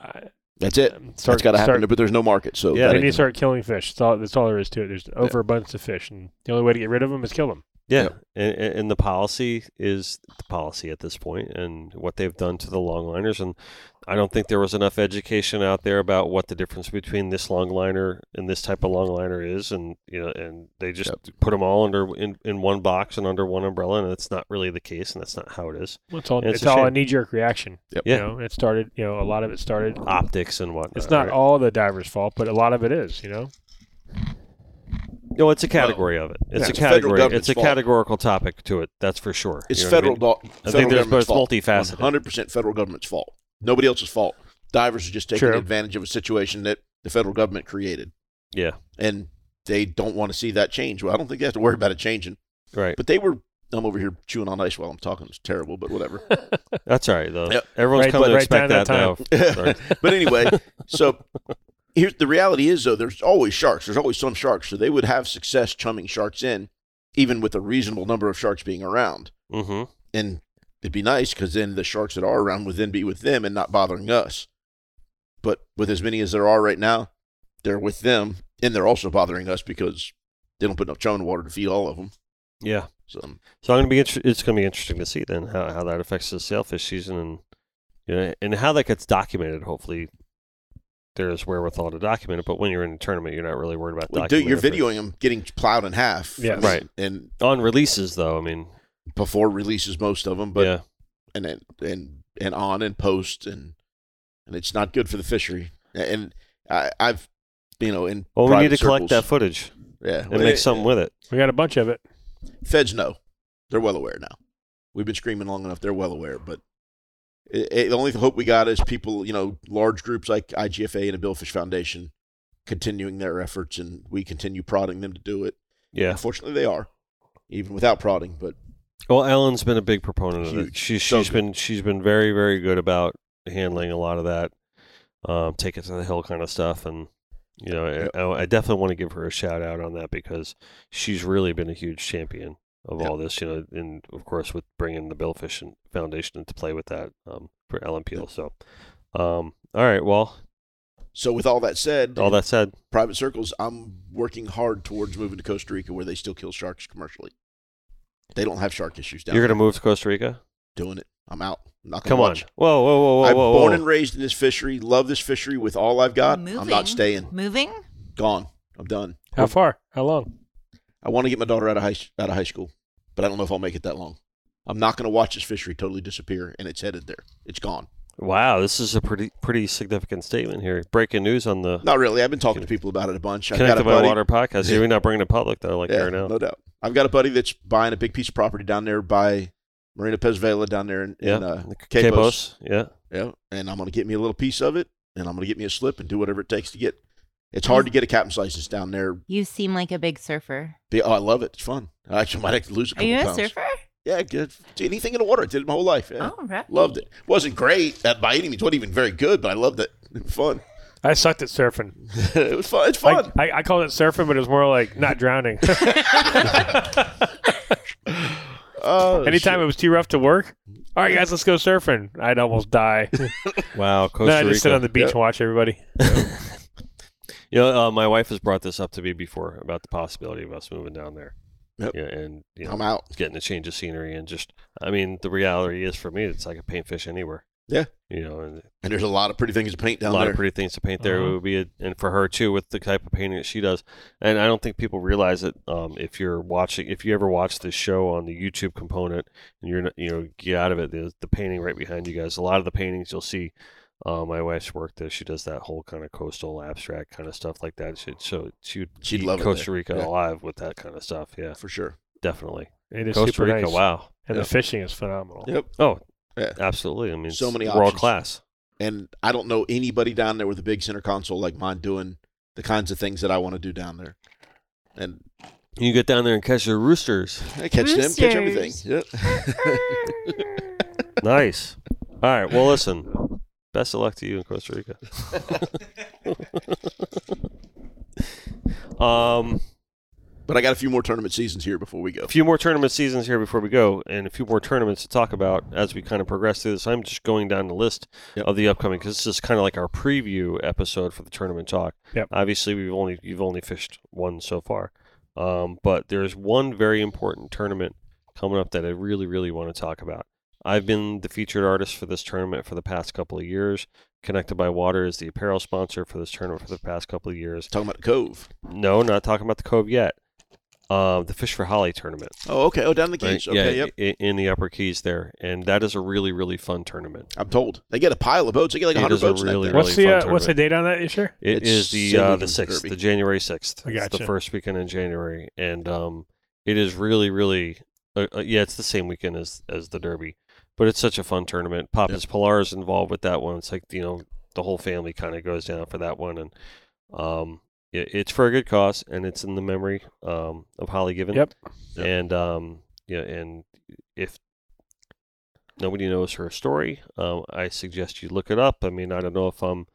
C: uh,
B: that's it
C: start
B: that's got to happen
C: start
B: but there's no market so that
D: Yeah.
C: They need to
B: ain't-
C: start killing fish. That's all, that's all there is to it. There's overabundance of fish, and the only way to get rid of them is kill them.
D: Yeah,
B: Yeah.
D: And, and and the policy is the policy at this point, and what they've done to the longliners, and I don't think there was enough education out there about what the difference between this longliner and this type of longliner is, and you know, and they just put them all under in, in one box and under one umbrella, and that's not really the case, and that's not how it is.
C: It's all,
D: It's
C: it's
D: a
C: all a
D: shame.
C: knee jerk reaction.
B: Yep.
D: Yeah.
C: You know, it started, you know, a lot of it started.
D: Optics and whatnot.
C: It's not
D: right?
C: all the divers' fault, but a lot of it is, you know?
D: No, it's a category of it. It's
B: Yeah,
D: a
B: it's federal
D: category. It's
B: government's
D: a
B: fault.
D: categorical topic to it. That's for sure.
B: It's
D: You know what I
B: federal.
D: mean?
B: do-
D: I
B: federal
D: think there's
B: government's
D: both
B: fault.
D: multifaceted.
B: 100% federal government's fault. Nobody else's fault. Divers are just taking
C: True.
B: advantage of a situation that the federal government created,
D: Yeah.
B: and they don't want to see that change. Well, I don't think they have to worry about it changing.
D: Right.
B: But they were. I'm over here chewing on ice while I'm talking. It's terrible, but whatever.
D: That's all right though.
B: Yep.
D: Everyone's
C: Right-
D: coming to
C: right
D: expect
C: down
D: that
C: to
D: now. Sorry.
B: but anyway, so here's the reality is though there's always sharks. There's always some sharks, so they would have success chumming sharks in, even with a reasonable number of sharks being around.
D: Mm-hmm.
B: And it'd be nice because then the sharks that are around would then be with them and not bothering us. But with as many as there are right now, they're with them and they're also bothering us because they don't put enough chum in the water to feed all of them.
D: Yeah.
B: So um,
D: So I'm gonna be. Inter- it's gonna be interesting to see then how, how that affects the sailfish season and you know, and how that gets documented. Hopefully, there's wherewithal to document it. But when you're in a tournament, you're not really worried about
B: well,
D: documenting.
B: dude, you're
D: it.
B: videoing them getting plowed in half.
C: Yes.
D: Right.
B: And
D: on releases though. I mean,
B: before releases most of them, but
D: yeah,
B: and then and and on and post and and it's not good for the fishery. And I, I've you know in
D: well, we
B: private
D: need to collect that
B: circles-
D: footage
B: yeah,
D: and make something with it.
C: We got a bunch of it.
B: Feds know they're well aware now. We've been screaming long enough; they're well aware. But it, it, the only hope we got is people, you know, large groups like IGFA and the Billfish Foundation continuing their efforts, and we continue prodding them to do it.
D: Yeah.
B: Unfortunately, they are even without prodding. But
D: Well, Ellen's been a big proponent of it.
B: Huge.
D: She's
B: So
D: she's
B: good.
D: been she's been very very good about handling a lot of that, um, take it to the hill kind of stuff, and you know I- I, I definitely want to give her a shout out on that because she's really been a huge champion of all this. You know, and of course with bringing the Billfish and Foundation into play with that um, for Ellen Peel. So, um, all right. Well,
B: so with all that said,
D: all that said,
B: private circles, I'm working hard towards moving to Costa Rica where they still kill sharks commercially. They don't have shark issues down
D: you're
B: there.
D: going to move to Costa Rica.
B: doing it. I'm out. I'm not gonna
D: Come on.
B: watch.
D: Whoa, whoa, whoa, whoa,
B: I'm
D: whoa.
B: born
D: whoa.
B: and raised in this fishery. Love this fishery with all I've got. I'm
E: Moving.
B: not staying.
E: Moving?
B: Gone. I'm done.
C: How far? How long?
B: I want to get my daughter out of high out of high school, but I don't know if I'll make it that long. I'm not going to watch this fishery totally disappear, and it's headed there. It's gone.
D: Wow, this is a pretty pretty significant statement here. Breaking news on the
B: Not really. I've been talking to people about it a bunch. I've
D: Connect
B: got
D: to
B: a
D: my
B: buddy.
D: water podcast. You're not bringing it public though, like
B: yeah,
D: you're now.
B: no doubt. I've got a buddy that's buying a big piece of property down there by Marina Pez Vela down there in,
D: Yeah,
B: in uh,
D: the Capos.
B: Capos.
D: Yeah,
B: Yeah, and I'm going to get me a little piece of it, and I'm going to get me a slip and do whatever it takes to get. It's hard to get a captain's license down there.
E: You seem like a big surfer.
B: Be- Oh, I love it. It's fun. I actually might have to lose a
E: Are
B: couple
E: you a
B: pounds.
E: surfer? Oh.
B: Yeah, good. Anything in the water. I did it my whole life. Yeah.
E: All right.
B: Loved it. Wasn't great uh, by any means. wasn't even very good, but I loved it. It was fun.
C: I sucked at surfing.
B: it was fun. It's
C: I-
B: fun.
C: I, I called it surfing, but it was more like not drowning.
B: Oh,
C: Anytime it
B: shit.
C: was too rough to work, all right, guys, let's go surfing. I'd almost die. then
D: wow, Costa
C: I
D: Rica.
C: just sit on the beach
B: Yeah.
C: and watch everybody.
D: you know, uh, my wife has brought this up to me before about the possibility of us moving down there.
B: Yep.
D: Yeah, and you know,
B: I'm out.
D: getting a change of scenery and just, I mean, the reality is for me, it's like a paint fish anywhere.
B: Yeah.
D: You know, and
B: And there's a lot of pretty things to paint down
D: a lot
B: there.
D: of pretty things to paint there. It
C: Uh-huh.
D: would be, a, and for her too, with the type of painting that she does. And I don't think people realize it. Um, if you're watching, if you ever watch this show on the YouTube component, and you're not, you know get out of it, there's the painting right behind you guys. A lot of the paintings you'll see. Uh, my wife's work there. She does that whole kind of coastal abstract kind of stuff like that. She, so she'd
B: She'd
D: eat
B: love it there.
D: Costa Rica
B: Yeah.
D: alive with that kind of stuff. Yeah,
B: for sure.
D: definitely.
C: It is
D: Costa
C: super
D: Rica.
C: nice.
D: Wow.
C: And
B: Yeah.
C: the fishing is phenomenal.
B: Yep.
D: Oh,
B: Yeah.
D: absolutely. I mean,
B: So
D: it's
B: many
D: world
B: options.
D: class.
B: And I don't know anybody down there with a big center console like mine doing the kinds of things that I want to do down there. And
D: You get down there and catch your roosters.
B: I catch them, catch everything.
E: Roosters.
B: Yep.
D: Nice. All right. Well, listen. Best of luck to you in Costa Rica. um,
B: But I got a few more tournament seasons here before we go.
D: a few more tournament seasons here before we go, and a few more tournaments to talk about as we kind of progress through this. I'm just going down the list
B: Yep.
D: of the upcoming because this is kind of like our preview episode for the tournament talk.
C: Yep.
D: Obviously, we've only you've only fished one so far, um, but there's one very important tournament coming up that I really really want to talk about. I've been the featured artist for this tournament for the past couple of years. Connected by Water is the apparel sponsor for this tournament for the past couple of years.
B: Talking about the Cove.
D: No, not talking about the Cove yet. Um, the Fish for Holly tournament.
B: Oh, okay. Oh, down the
D: right?
B: keys. Okay,
D: yeah,
B: yep.
D: i- in the upper keys there, and that is a really really fun tournament.
B: I'm told they get a pile of boats. They get like
D: It
B: 100
D: is a
B: boats. in that
D: really,
B: thing.
D: really-
C: What's the
D: fun
C: uh, what's the
D: tournament.
C: date on that this year?
D: It
B: It's
D: is the
B: sailing
D: uh,
B: and
D: the sixth, the
B: derby.
D: January sixth.
C: I
D: It's the
C: gotcha.
D: first weekend in January, and um, it is really really uh, uh, yeah, it's the same weekend as as the Derby, but it's such a fun tournament. Papa's Pilar is involved with that one. It's like you know the whole family kind of goes down for that one, and um, it, it's for a good cause, and it's in the memory um of Holly Given.
C: Yep.
B: Yep.
D: And um, yeah, and if nobody knows her story, um, I suggest you look it up. I mean, I don't know if I'm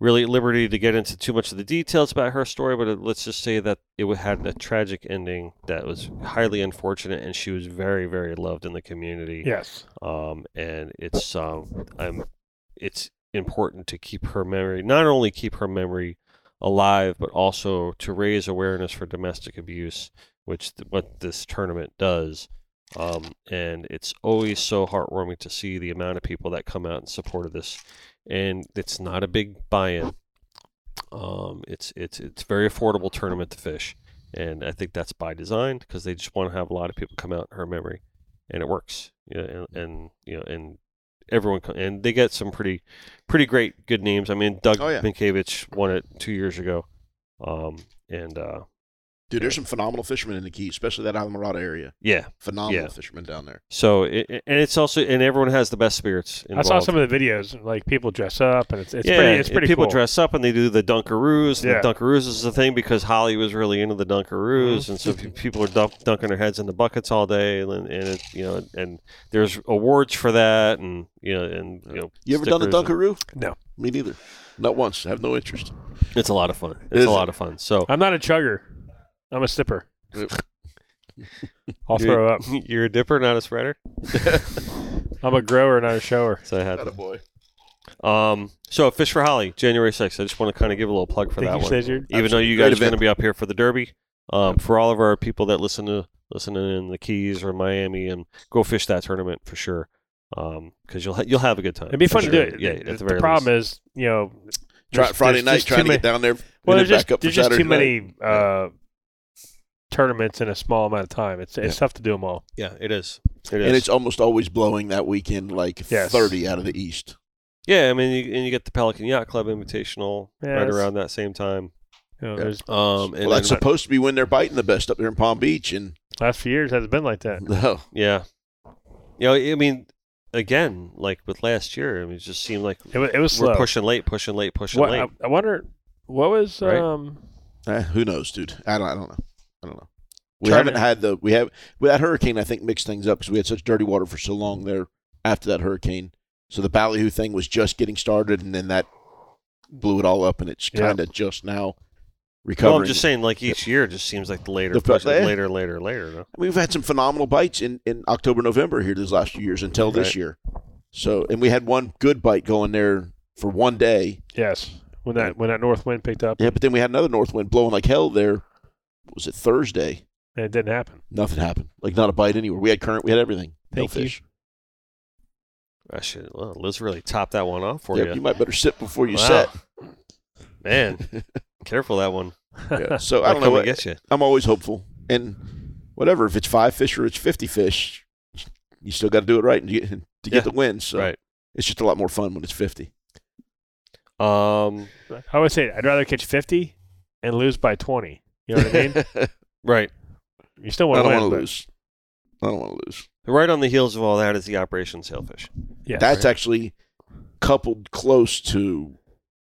D: really at liberty to get into too much of the details about her story, but it, let's just say that it wa- had a tragic ending that was highly unfortunate, and she was very, very loved in the community.
C: Yes.
D: Um, and it's um, I'm, it's important to keep her memory, not only keep her memory alive, but also to raise awareness for domestic abuse, which th- what this tournament does. Um, and it's always so heartwarming to see the amount of people that come out in support of this. And it's not a big buy-in. Um, it's it's it's a very affordable tournament to fish, and I think that's by design because they just want to have a lot of people come out in her memory, and it works. Yeah, and, and you know, and everyone co- and they get some pretty pretty great good names. I mean, Doug
B: Oh, yeah.
D: Minkiewicz won it two years ago, um, and uh,
B: Dude, there's some phenomenal fishermen in the keys, especially that Alamorada area.
D: yeah.
B: Phenomenal
D: Yeah.
B: fishermen down there.
D: So it, it- and it's also and everyone has the best spirits. Involved.
C: I saw some of the videos like people dress up and it's it's
D: yeah,
C: pretty it's pretty
D: people
C: cool.
D: dress up and they do the Dunkaroos. and
C: Yeah.
D: The Dunkaroos is a thing because Holly was really into the Dunkaroos,
C: Mm-hmm.
D: and so pe- people are dump, dunking their heads in the buckets all day, and, and it, you know, and there's awards for that, and you know, and you know,
B: You ever done a
D: stickers and-
B: Dunkaroo?
C: No.
B: Me neither. Not once. I have no interest.
D: It's a lot of fun.
B: Is
D: It's
B: it?
D: a lot of fun. So
C: I'm not a chugger. I'm a sipper. I'll throw up.
D: You're a dipper, not a spreader.
C: I'm a grower, not a shower.
D: So I had
B: Not a boy.
D: Um, so Fish for Holly, January 6th. I just want to kind of give a little plug for
C: Thank
D: that
C: you,
D: one.
C: Cesar.
D: Even though you
B: Great
D: guys are
B: event.
D: going to be up here for the Derby, um, for all of our people that listen to listening in the Keys or Miami, and go fish that tournament for sure, because you'll ha- you'll have a good time.
C: It'd be
D: for
C: fun to do
D: sure.
C: it.
D: Yeah,
C: the,
D: at the
C: the
D: very
C: problem is, you know,
B: Try,
C: there's-
B: Friday
C: there's
B: night
C: just
B: trying
C: too
B: to
C: many-
B: get down there. and
C: Well, there's
B: then
C: just,
B: back up for
C: there's just
B: Saturday
C: too
B: night.
C: many uh, tournaments in a small amount of time. It's it's tough to do them all.
D: Yeah, it is. It is.
B: And it's almost always blowing that weekend like
C: Yes.
B: 30 out of the east.
D: yeah, I mean, you, and you get the Pelican Yacht Club Invitational
C: Yeah,
D: right
C: it's-
D: around that same time.
C: You know,
B: Yeah.
C: There's
D: Um, and
B: well, that's
D: then-
B: supposed to be when they're biting the best up there in Palm Beach. And
C: last few years hasn't been like that.
B: no,
D: yeah, you know, I mean, again, like with last year, I mean, it just seemed like
C: It was it was
D: we're
C: slow.
D: pushing late, pushing late, pushing
C: What, uh,
D: late.
C: I, I wonder what was
D: Right?
C: um
B: Eh, who knows, dude? I don't, I don't know. I don't know. We
C: Trying
B: haven't
C: to-
B: had the, we have, well, that hurricane, I think, mixed things up because we had such dirty water for so long there after that hurricane. So the Ballyhoo thing was just getting started and then that blew it all up and it's
C: Yeah.
B: kind of just now recovering.
D: Well, I'm just saying, like each year, just seems like the eh. later,
B: The fu-
D: push,
B: yeah.
D: later, later, later. No?
B: I mean, we've had some phenomenal bites in, in October, November here these last few years until this
D: Right.
B: year. So, and we had one good bite going there for one day.
C: yes when that when that north wind picked up
B: Yeah, but then we had another north wind blowing like hell there. What was it Thursday?
C: and it didn't happen.
B: Nothing happened. Like not a bite anywhere. We had current. We had everything.
C: Thank
B: no
C: you.
B: fish.
D: I should. Well, let's really top that one off for
B: Yep,
D: you.
B: you might better sit before you
D: Wow.
B: set.
D: Man, careful that one.
B: Yeah, So I don't know.
D: That come and
B: What,
D: get you.
B: I'm always hopeful, and whatever. If it's five fish or it's fifty fish, you still got to do it right and you, to
D: Yeah.
B: get the win. So
D: Right.
B: it's just a lot more fun when it's fifty.
D: Um.
C: I always say I'd rather catch fifty and lose by twenty. You know what I mean?
D: Right.
C: you still
B: I
C: want to
B: don't
C: win.
B: want to
C: but-
B: lose. I don't want to lose.
D: Right on the heels of all that is the Operation Sailfish.
C: Yes.
B: That's actually coupled close to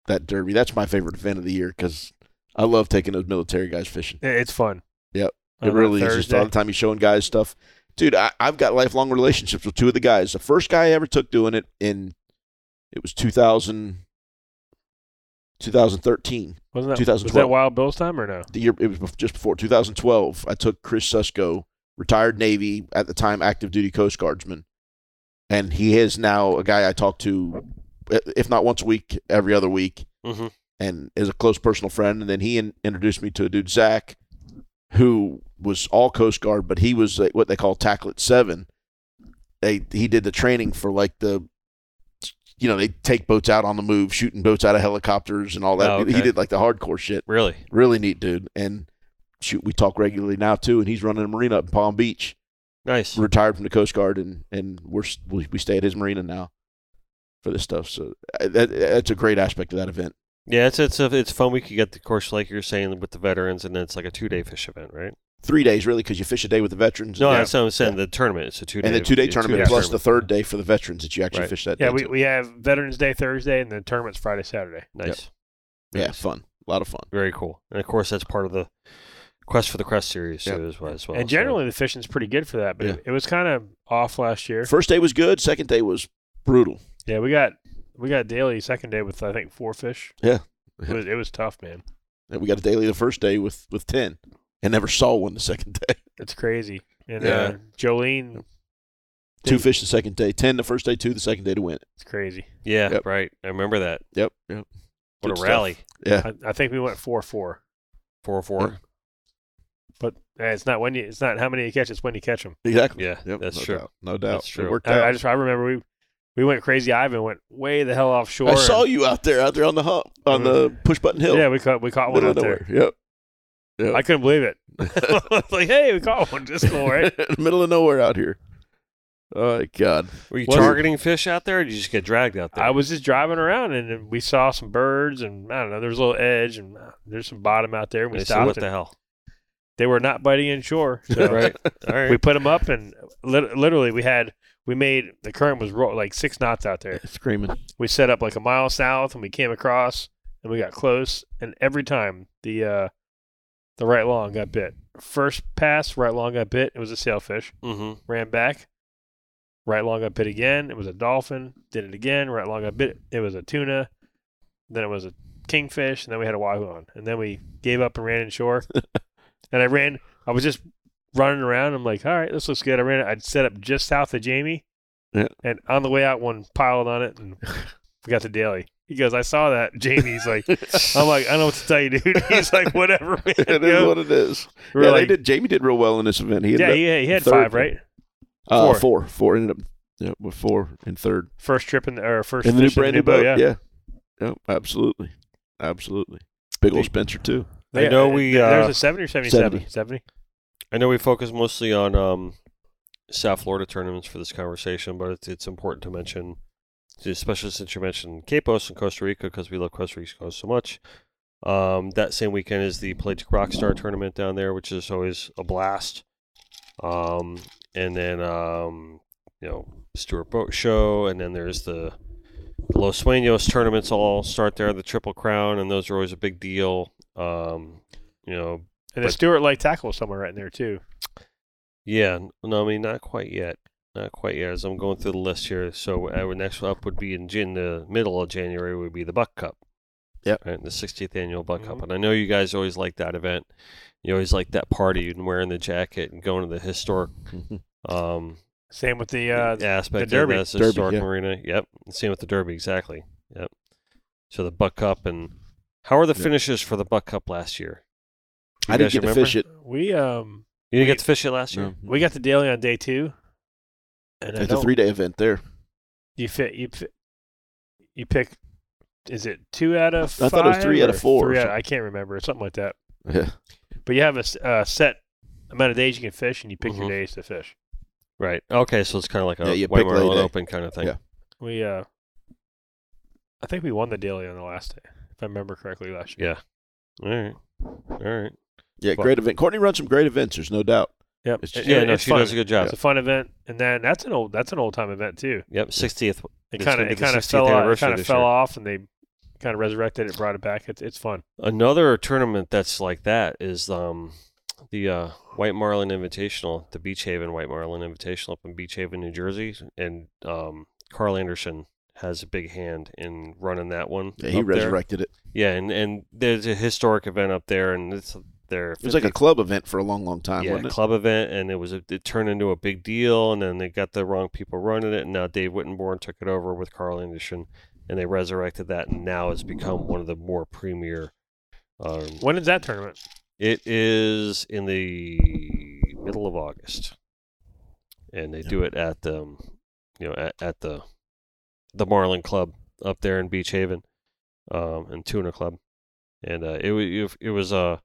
B: that derby. That's my favorite event of the year because I love taking those military guys fishing.
C: It- it's fun.
B: Yep.
C: On
B: It
C: that
B: really is just all the
C: Thursday.
B: time you showing guys stuff. Dude, I, I've got lifelong relationships with two of the guys. The first guy I ever took doing it in it was 2000, 2013.
C: Wasn't that was
B: 2012.
C: that Wild Bill's time or no?
B: The year it was bef- just before 2012. I took Chris Susko, retired Navy at the time, active duty Coast Guardsman, and he is now a guy I talk to, i- if not once a week, every other week
D: Mm-hmm.
B: and is a close personal friend. And then he in, introduced me to a dude, Zach, who was all Coast Guard, but he was like what they call tackle at seven. they he did the training for like the you know, they take boats out on the move, shooting boats out of helicopters and all that.
D: Oh,
B: He
D: okay.
B: did like the hardcore shit.
D: Really?
B: Really neat dude. And shoot, we talk regularly now too, and he's running a marina up in Palm Beach.
D: Nice.
B: retired from the Coast Guard, and and we're s- we, we stay at his marina now for this stuff. So uh, that that's a great aspect of that event.
D: Yeah, it's it's a, it's fun. We could get the course like you're saying with the veterans, and then it's like a two day fish event, right?
B: Three days really, because you fish a day with the veterans.
D: No,
B: and-
D: that's what I'm saying. The tournament, it's a two day
B: and the two day tournament
C: two-day
B: plus the third day for the veterans that you actually
D: Right.
B: fish that.
C: Yeah,
B: day
C: we,
B: too.
C: we have Veterans Day Thursday and the tournament's Friday, Saturday.
D: Nice,
B: yeah, fun, a lot of fun.
D: very cool. And of course, that's part of the Quest for the Crest series
B: Yep.
D: too, as well. As well.
C: and
D: so-
C: generally the fishing's pretty good for that, but
B: Yeah.
C: it, it was kind of off last year.
B: First day was good. Second day was brutal.
C: Yeah, we got we got daily second day with I think four fish.
B: Yeah.
C: It was, it was tough, man.
B: And we got a daily the first day with with ten, and never saw one the second day.
C: It's crazy. And uh,
D: Yeah.
C: Jolene,
B: two
C: Dude.
B: fish the second day, ten the first day, two the second day to win it.
C: it's crazy.
D: yeah,
B: Yep.
D: right. I remember that.
B: Yep, yep.
D: What
B: Good
D: a
B: stuff.
D: rally!
B: Yeah,
C: I, I think we went four four,
D: Four four.
C: but eh, it's not when you it's not how many you catch, it's when you catch them.
B: exactly.
D: Yeah,
B: Yep,
D: that's
B: no
D: true.
B: doubt. No doubt.
D: That's
B: It
D: true.
B: worked out.
C: I, I just I remember we we went crazy. Ivan went way the hell offshore.
B: I saw
C: and-
B: you out there, out there on the hump, on the push button hill.
C: Mm-hmm. Yeah, we caught we caught one
B: middle
C: out
B: of
C: there.
B: nowhere. Yep. Yep.
C: I couldn't believe it. I was like, hey, we caught one. Just cool, right?
B: middle of nowhere out here. Oh my God!
D: Were you
B: Was-
D: targeting fish out there, or did you just get dragged out there?
C: I was just driving around and then we saw some birds and I don't know, there's a little edge and uh, there's some bottom out there. And we
D: They said,
C: stopped.
D: what
C: and
D: the hell?
C: They were not biting inshore. So
D: right. All right.
C: we put them up and lit- literally we had we made the current was ro- like six knots out there.
B: Screaming.
C: We set up like a mile south and we came across and we got close and every time the uh the right long got bit. First pass, right long got bit. It was a sailfish.
D: hmm
C: Ran back. Right long got bit again. It was a dolphin. Did it again. Right long got bit. It was a tuna. Then it was a kingfish, and then we had a wahoo on. And then we gave up and ran inshore. and I ran. I was just running around. I'm like, all right, this looks good. I ran. I'd set up just south of Jamie.
B: Yeah.
C: And on the way out, one piled on it, and we got the daily. He goes, I saw that. Jamie's like, I'm like, I don't know what to tell you, dude. He's like, whatever, man.
B: it
C: You
B: is
C: know?
B: what it is.
C: We're
B: yeah,
C: like-
B: they did. Jamie did real well in this event. He
C: yeah,
B: ended
C: he had, he had
B: third.
C: five, right?
B: up, uh,
C: four.
B: four, four ended up yeah, with four and third
C: First trip in the, or first
B: in the new
C: fish in
B: brand new boat.
C: yeah.
B: yeah, Yep, absolutely, absolutely. Big old
C: They-
B: Spencer too.
D: I know we,
C: there- there
D: uh,
C: was a seventy or seventy-seven.
B: 70.
C: Seventy.
D: I know we focus mostly on um, South Florida tournaments for this conversation, but it's, it's important to mention, especially since you mentioned Capos and Costa Rica, because we love Costa Rica so much. Um, that same weekend is the Pelagic Rockstar tournament down there, which is always a blast. Um, and then, um, you know, Stuart Boat Show, and then there's the Los Sueños tournaments all start there, the Triple Crown, and those are always a big deal. Um, you know,
C: And the
D: But-
C: Stuart Light tackle was somewhere right in there too.
D: Yeah, n- no, I mean not quite yet, not quite yet. As I'm going through the list here, so uh, our next up would be in Jan- the middle of January would be the Buck Cup.
B: Yep.
D: right, the 60th annual Buck Cup,
C: Mhm.
D: and I know you guys always like that event. You always like that party and wearing the jacket and going to the historic um,
C: Same with the uh,
D: aspect
C: the Derby.
D: of this
B: Derby,
D: historic
B: yeah.
D: marina. Yep, same with the Derby, exactly. Yep. So the Buck Cup and how are the
B: Yeah.
D: finishes for the Buck Cup last year? Do you
B: I didn't
D: guys
B: get
D: remember?
B: to fish it.
C: we um
D: You didn't
C: We-
D: get to fish it last year.
B: No.
C: we got the daily on day two. And I
B: At the
C: don't-
B: three day event there.
C: you fit you fit, you pick. Is it two out of?
B: I
C: Five
B: thought it was three out of
C: or
B: four or
C: Three out,
B: something.
C: I can't remember something like that.
B: Yeah.
C: But you have a s- uh, set amount of days you can fish, and you pick
B: Mm-hmm.
C: your
D: Mhm.
C: days to fish.
D: Right. Okay. So it's kind of like a
B: Yeah, you
D: white
B: pick lay
D: Marlin
B: day.
D: open kind of thing.
B: Yeah.
C: We uh, I think we won the daily on the last day, if I remember correctly last year.
D: Yeah. All right. All right.
B: Yeah,
D: But-
B: great event. Courtney runs some great events. There's no doubt.
C: Yep.
B: It's
C: It-
B: just-
D: Yeah.
C: it-
D: no,
C: it's
D: she
C: fun.
D: does a good job.
C: It's a fun event, and then that's an old that's an old time event too.
D: Yep. 60th.
C: It
D: It's
C: kind
D: gonna
C: of
D: be
C: it
D: the
C: kind of
D: 60th
C: fell off, it
D: anniversary
C: kind of
D: this
C: fell
D: year.
C: off, and they kind of resurrected it, brought it back. It's it's fun.
D: Another tournament that's like that is um the uh, White Marlin Invitational, the Beach Haven White Marlin Invitational up in Beach Haven, New Jersey, and um, Carl Anderson has a big hand in running that one.
B: Yeah, he
D: up there.
B: resurrected it.
D: Yeah, and and there's a historic event up there, and it's there.
B: It was like a club event for a long, long time,
D: yeah,
B: wasn't it?
D: club event, and it was a, it turned into a big deal, and then they got the wrong people running it, and now Dave Wittenborn took it over with Carl Anderson, and they resurrected that, and now it's become one of the more premier. Um,
C: When is that tournament?
D: it is in the middle of August. and they do it at the, um, you know, at, at the, the Marlin Club up there in Beach Haven, um, and Tuna Club, and uh, it was it was uh,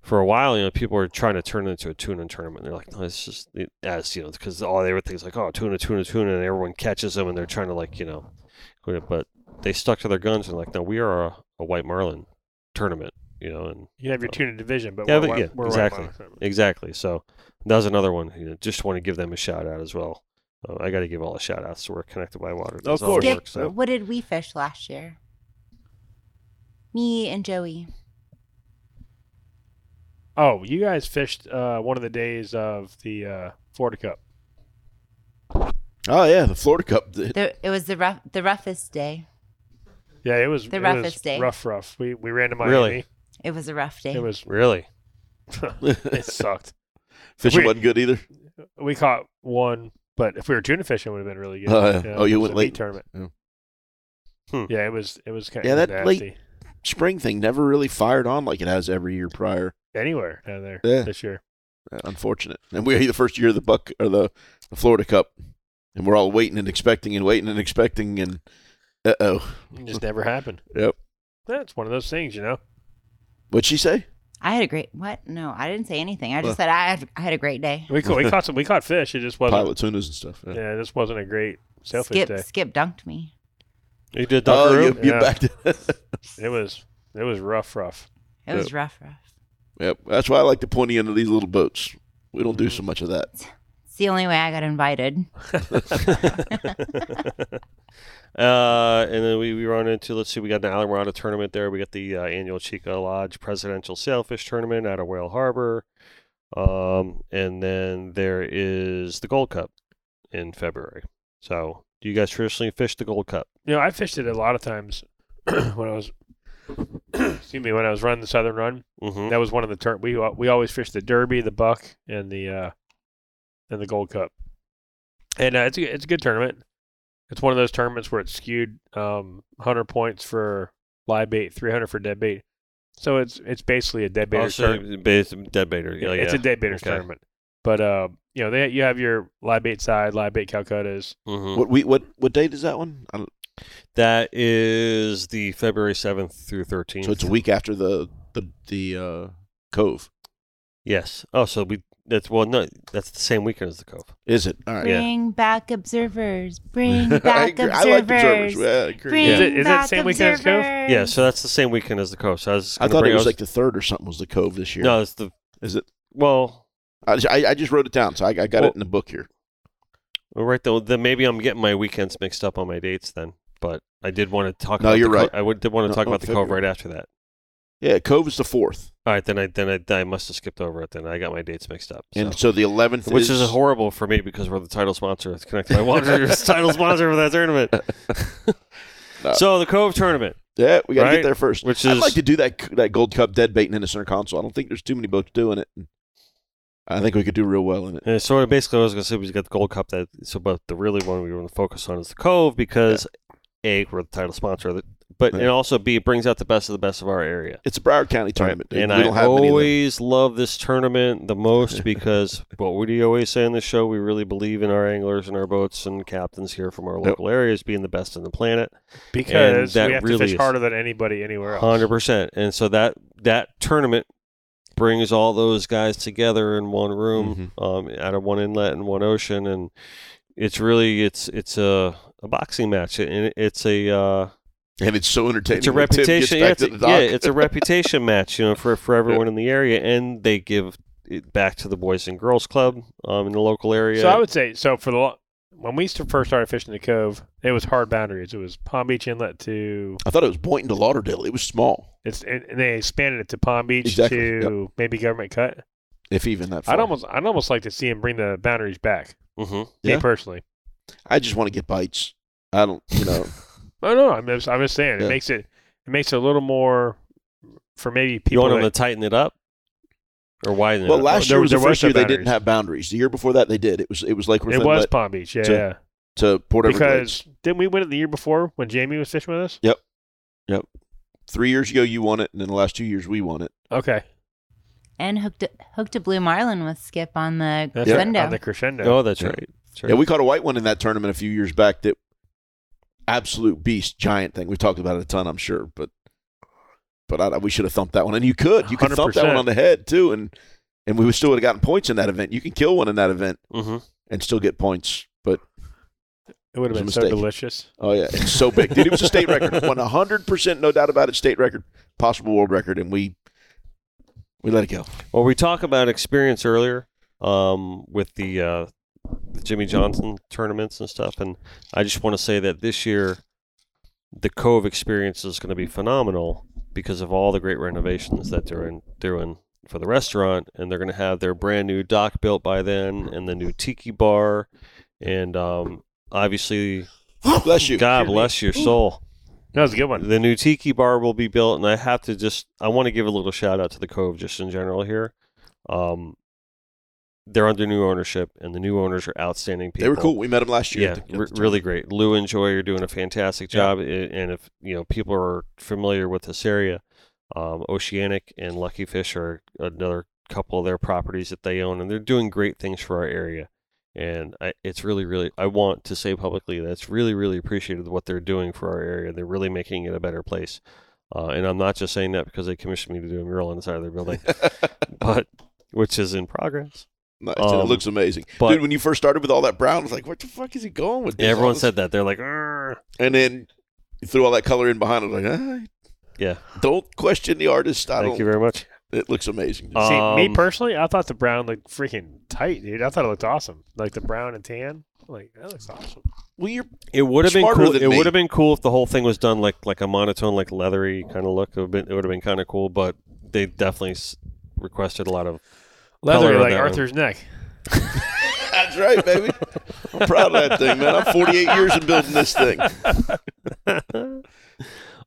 D: for a while, you know, people were trying to turn it into a tuna tournament. They're like, no, it's just it, as you know, because all they were things like, oh, tuna, tuna, tuna, and everyone catches them, and they're trying to like, you know, quit it. but they stuck to their guns and like, no, we are a, a white marlin tournament, you know, and
C: You can have your tuna division, but
D: Uh, Yeah,
C: we're,
D: but-
C: white-
D: yeah,
C: we're
D: exactly.
C: White Marlin.
D: Exactly. So that was another one. You know, just want to give them a shout out as well. Uh, I got to give all the shout outs to We're Connected by Water.
B: Of
D: That's all it
B: course.
D: works
E: Skip,
D: out.
E: what did we fish last year? Me and Joey.
C: Oh, you guys fished uh, one of the days of the uh, Florida Cup.
B: Oh yeah, the Florida Cup. The-
E: The, it was the rough, the roughest day.
C: Yeah, it was
E: The
C: it was
E: roughest day.
C: Rough, rough. We we ran to Miami.
D: Really?
E: It was a rough day.
C: It was
D: Really?
C: it sucked.
B: Fishing
C: We-
B: wasn't good either.
C: We caught one, but if we were tuna fishing, it would have been really good.
B: Oh, yeah. Oh, you
C: it was
B: went
C: a meat
B: late.
C: tournament.
B: Yeah.
D: Hmm.
C: Yeah, it was it was kind
B: Yeah,
C: of
B: that
C: nasty.
B: late- Spring thing never really fired on like it has every year prior.
C: anywhere down there
B: Yeah.
C: this year.
B: Uh, unfortunate. And we are the first year of the Buck or the, the Florida Cup, and we're all waiting and expecting and waiting and expecting and uh oh.
C: It just never happened.
B: Yep.
C: That's one of those things, you know.
B: What'd she say?
E: I had a great what? No, I didn't say anything. I just
B: Well.
E: said I had, I had a great day.
C: We caught, we caught some we caught fish. It just wasn't.
B: Pilot tunas and stuff. Yeah.
C: Yeah, this wasn't a great sailfish
E: Skip
C: day.
E: Skip dunked me.
D: You did
B: Oh,
D: Dunkaroo?
B: you, you
C: Yeah.
B: backed it.
C: It was it was rough, rough.
E: It was rough, rough.
B: yep. That's why I like the pointy end of these little boats. We don't do
D: Mm-hmm.
B: so much of that.
E: It's the only way I got invited.
D: uh, and then we, we run into, let's see, we got the Alamorada tournament there. We got the uh, annual Chica Lodge Presidential Sailfish Tournament out of Whale Harbor. Um, and then there is the Gold Cup in February. So do you guys traditionally fish the Gold Cup?
C: You know, I fished it a lot of times when I was excuse me when I was running the Southern Run.
D: Mm-hmm.
C: That was one of the turn we uh, we always fished the Derby, the Buck, and the uh, and the Gold Cup. And uh, it's a, it's a good tournament. It's one of those tournaments where it's skewed um, 100 points for live bait, 300 for dead bait. So it's it's basically a dead bait.
D: Also, ba- dead baiter. Oh, Yeah,
C: it's
D: yeah.
C: a dead baiters
D: Okay.
C: tournament. But uh, you know, they you have your live bait side, live bait Calcuttas.
D: Mhm.
B: What we what what date is that one? I don't,
D: That is the February seventh through thirteenth.
B: so it's a week after the the the uh, Cove.
D: Yes. Oh, so we that's well, no, that's the same weekend as the Cove.
B: Is it? All right.
D: Yeah.
E: Bring back observers. Bring
B: I
E: back
B: agree. I
E: observers.
B: like observers. Yeah, I agree.
E: Bring
C: Is it- is it
E: back
C: same weekend as Cove?
E: observers.
D: Yeah, so that's the same weekend as the Cove. So I was. just
B: I
D: gonna
B: thought
D: bring-
B: it was
D: I
B: like the third or something was the Cove this year.
D: No, it's the
B: Is it?
D: well.
B: I just, I, I just wrote it down, so I, I got
D: Well-
B: it in the book here.
D: All right, though. Then maybe I'm getting my weekends mixed up on my dates then. But I did want to talk.
B: No,
D: about
B: you're
D: the
B: right.
D: Co- I would, did want
B: No,
D: to talk
B: on
D: about the Cove
B: February.
D: right after that.
B: Yeah, Cove is the fourth,
D: All right, then I then I, then I must have skipped over it. Then I got my dates mixed up. So.
B: and so the eleventh,
D: which is horrible for me because we're the title sponsor. It's connected by Wanderers, title sponsor for that tournament.
B: No.
D: So the Cove tournament,
B: Yeah, we gotta
D: right?
B: get there first.
D: Which
B: I'd
D: is-
B: like to do that that Gold Cup dead baiting in the center console. I don't think there's too many boats doing it. I think we could do real well in it.
D: and sort of basically, what I was going to say we got the Gold Cup. That so, but the really one we want to focus on is the Cove because a we're the title sponsor, of it, but and
B: Yeah.
D: also b it brings out the best of the best of our area.
B: It's a Broward County tournament. dude.
D: And
B: we
D: I
B: don't have many of them.
D: always love this tournament the most because what would you always say on the show? We really believe in our anglers and our boats and captains here from our
B: Yep.
D: local areas being the best on the planet.
C: Because
D: that
C: we have
D: really
C: to fish
D: is-
C: harder than anybody anywhere else.
D: Hundred percent. And so that that tournament brings all those guys together in one room,
B: Mm-hmm.
D: um, out of one inlet and one ocean, and it's really it's it's a, a boxing match, and it, it's a uh,
B: and it's so entertaining.
D: it's a
B: when Tim gets
D: reputation. Yeah,
B: back
D: it's
B: to
D: a,
B: the dock.
D: yeah, it's a reputation match, you know, for for everyone in the area, and they give it back to the boys and girls club um, in the local area.
C: So I would say so for the lo- when we st- first started fishing the cove, it was hard boundaries. It was Palm Beach Inlet to
B: I thought it was Boynton to Lauderdale. It was small,
C: it's and and they expanded it to Palm Beach
B: Exactly,
C: to maybe Government Cut.
B: if even that. Far.
C: I'd almost I'd almost like to see him bring the boundaries back.
D: Mhm.
B: Yeah.
C: Me personally.
B: I just want to get bites. I don't. You know.
C: No, no, I'm just I'm just saying
B: Yeah.
C: it makes it it makes it a little more for maybe
D: you
C: people.
D: want them to
C: that-
D: tighten it up or widen
B: well,
D: it.
B: last
C: there
B: year was
C: was-
B: the
C: there was
B: first
C: no
B: year they didn't
C: boundaries.
B: have boundaries. The year before that they did. It was it was Lake
C: it
B: North
C: was Palm Beach, yeah,
B: to-
C: yeah.
B: to Port Everglades.
C: Because didn't we win it the year before when Jamie was fishing with us?
B: Three years ago you won it, and then the last two years we won it.
C: Okay.
E: and hooked a, hooked a blue marlin with Skip on the
C: That's
B: Yeah.
C: right,
E: window.
C: on the crescendo.
D: Oh, that's
B: Yeah.
D: right. That's right.
B: Yeah, we caught a white one in that tournament a few years back. That absolute beast, giant thing. We talked about it a ton, I'm sure, but but I, we should have thumped that one. And you could, you could thump that
C: 100%.
B: one on the head too, and and we would still would have gotten points in that event. You can kill one in that event
D: hmm
B: and still get points. But
C: It would have
B: It was a
C: been so
B: mistake.
C: delicious.
B: oh yeah, it's so big, dude. It was a state record, one hundred percent, no doubt about it. State record, possible world record, and we we let it go.
D: Well, we talked about experience earlier um, with the, uh, the Jimmy Johnson tournaments and stuff, and I just want to say that this year the Cove experience is going to be phenomenal because of all the great renovations that they're in, doing for the restaurant, and they're going to have their brand new dock built by then, and the new tiki bar, and um, obviously,
B: Bless you.
D: God bless your soul.
C: That was a good one.
D: The new tiki bar will be built, and I have to just I want to give a little shout out to the Cove just in general here. Um, they're under new ownership, and the new owners are outstanding people.
B: They were cool. We met them last year.
D: Yeah,
B: at the- at
D: re-
B: the
D: really great. Lou and Joy are doing a fantastic
C: Yeah.
D: job, i- and if you know people are familiar with this area, um, Oceanic and Lucky Fish are another couple of their properties that they own, and they're doing great things for our area. And I, it's really, really, I want to say publicly that it's really, really appreciated what they're doing for our area. They're really making it a better place. Uh, and I'm not just saying that because they commissioned me to do a mural on the side of their building, but which is in progress.
B: Nice. and it
D: Um,
B: looks amazing.
D: but-
B: Dude, when you first started with all that brown, I was like, what the fuck is he going with? this? All
D: everyone
B: this-
D: said that. They're like, "Arr."
B: And then you threw all that color in behind it. Like, ah,
D: yeah,
B: don't question the artist. I
D: thank you
B: don't.
D: very much.
B: It looks amazing. dude.
D: Uh,
C: See,
D: Um,
C: me personally, I thought the brown looked freaking tight, dude. I thought it looked awesome. Like the brown and tan. Like, that looks awesome.
B: well, you're
D: It would have been
B: Smarter
D: cool.
B: than
D: It
B: me.
D: would have been cool if the whole thing was done like like a monotone, like leathery kind of look. It would have been, it would have been kind of cool, but they definitely s- requested a lot of.
C: Leather
D: Color on
C: like
D: that one.
C: Arthur's neck.
B: that's right, baby. I'm proud of that thing, man. I'm 48 years in building this thing.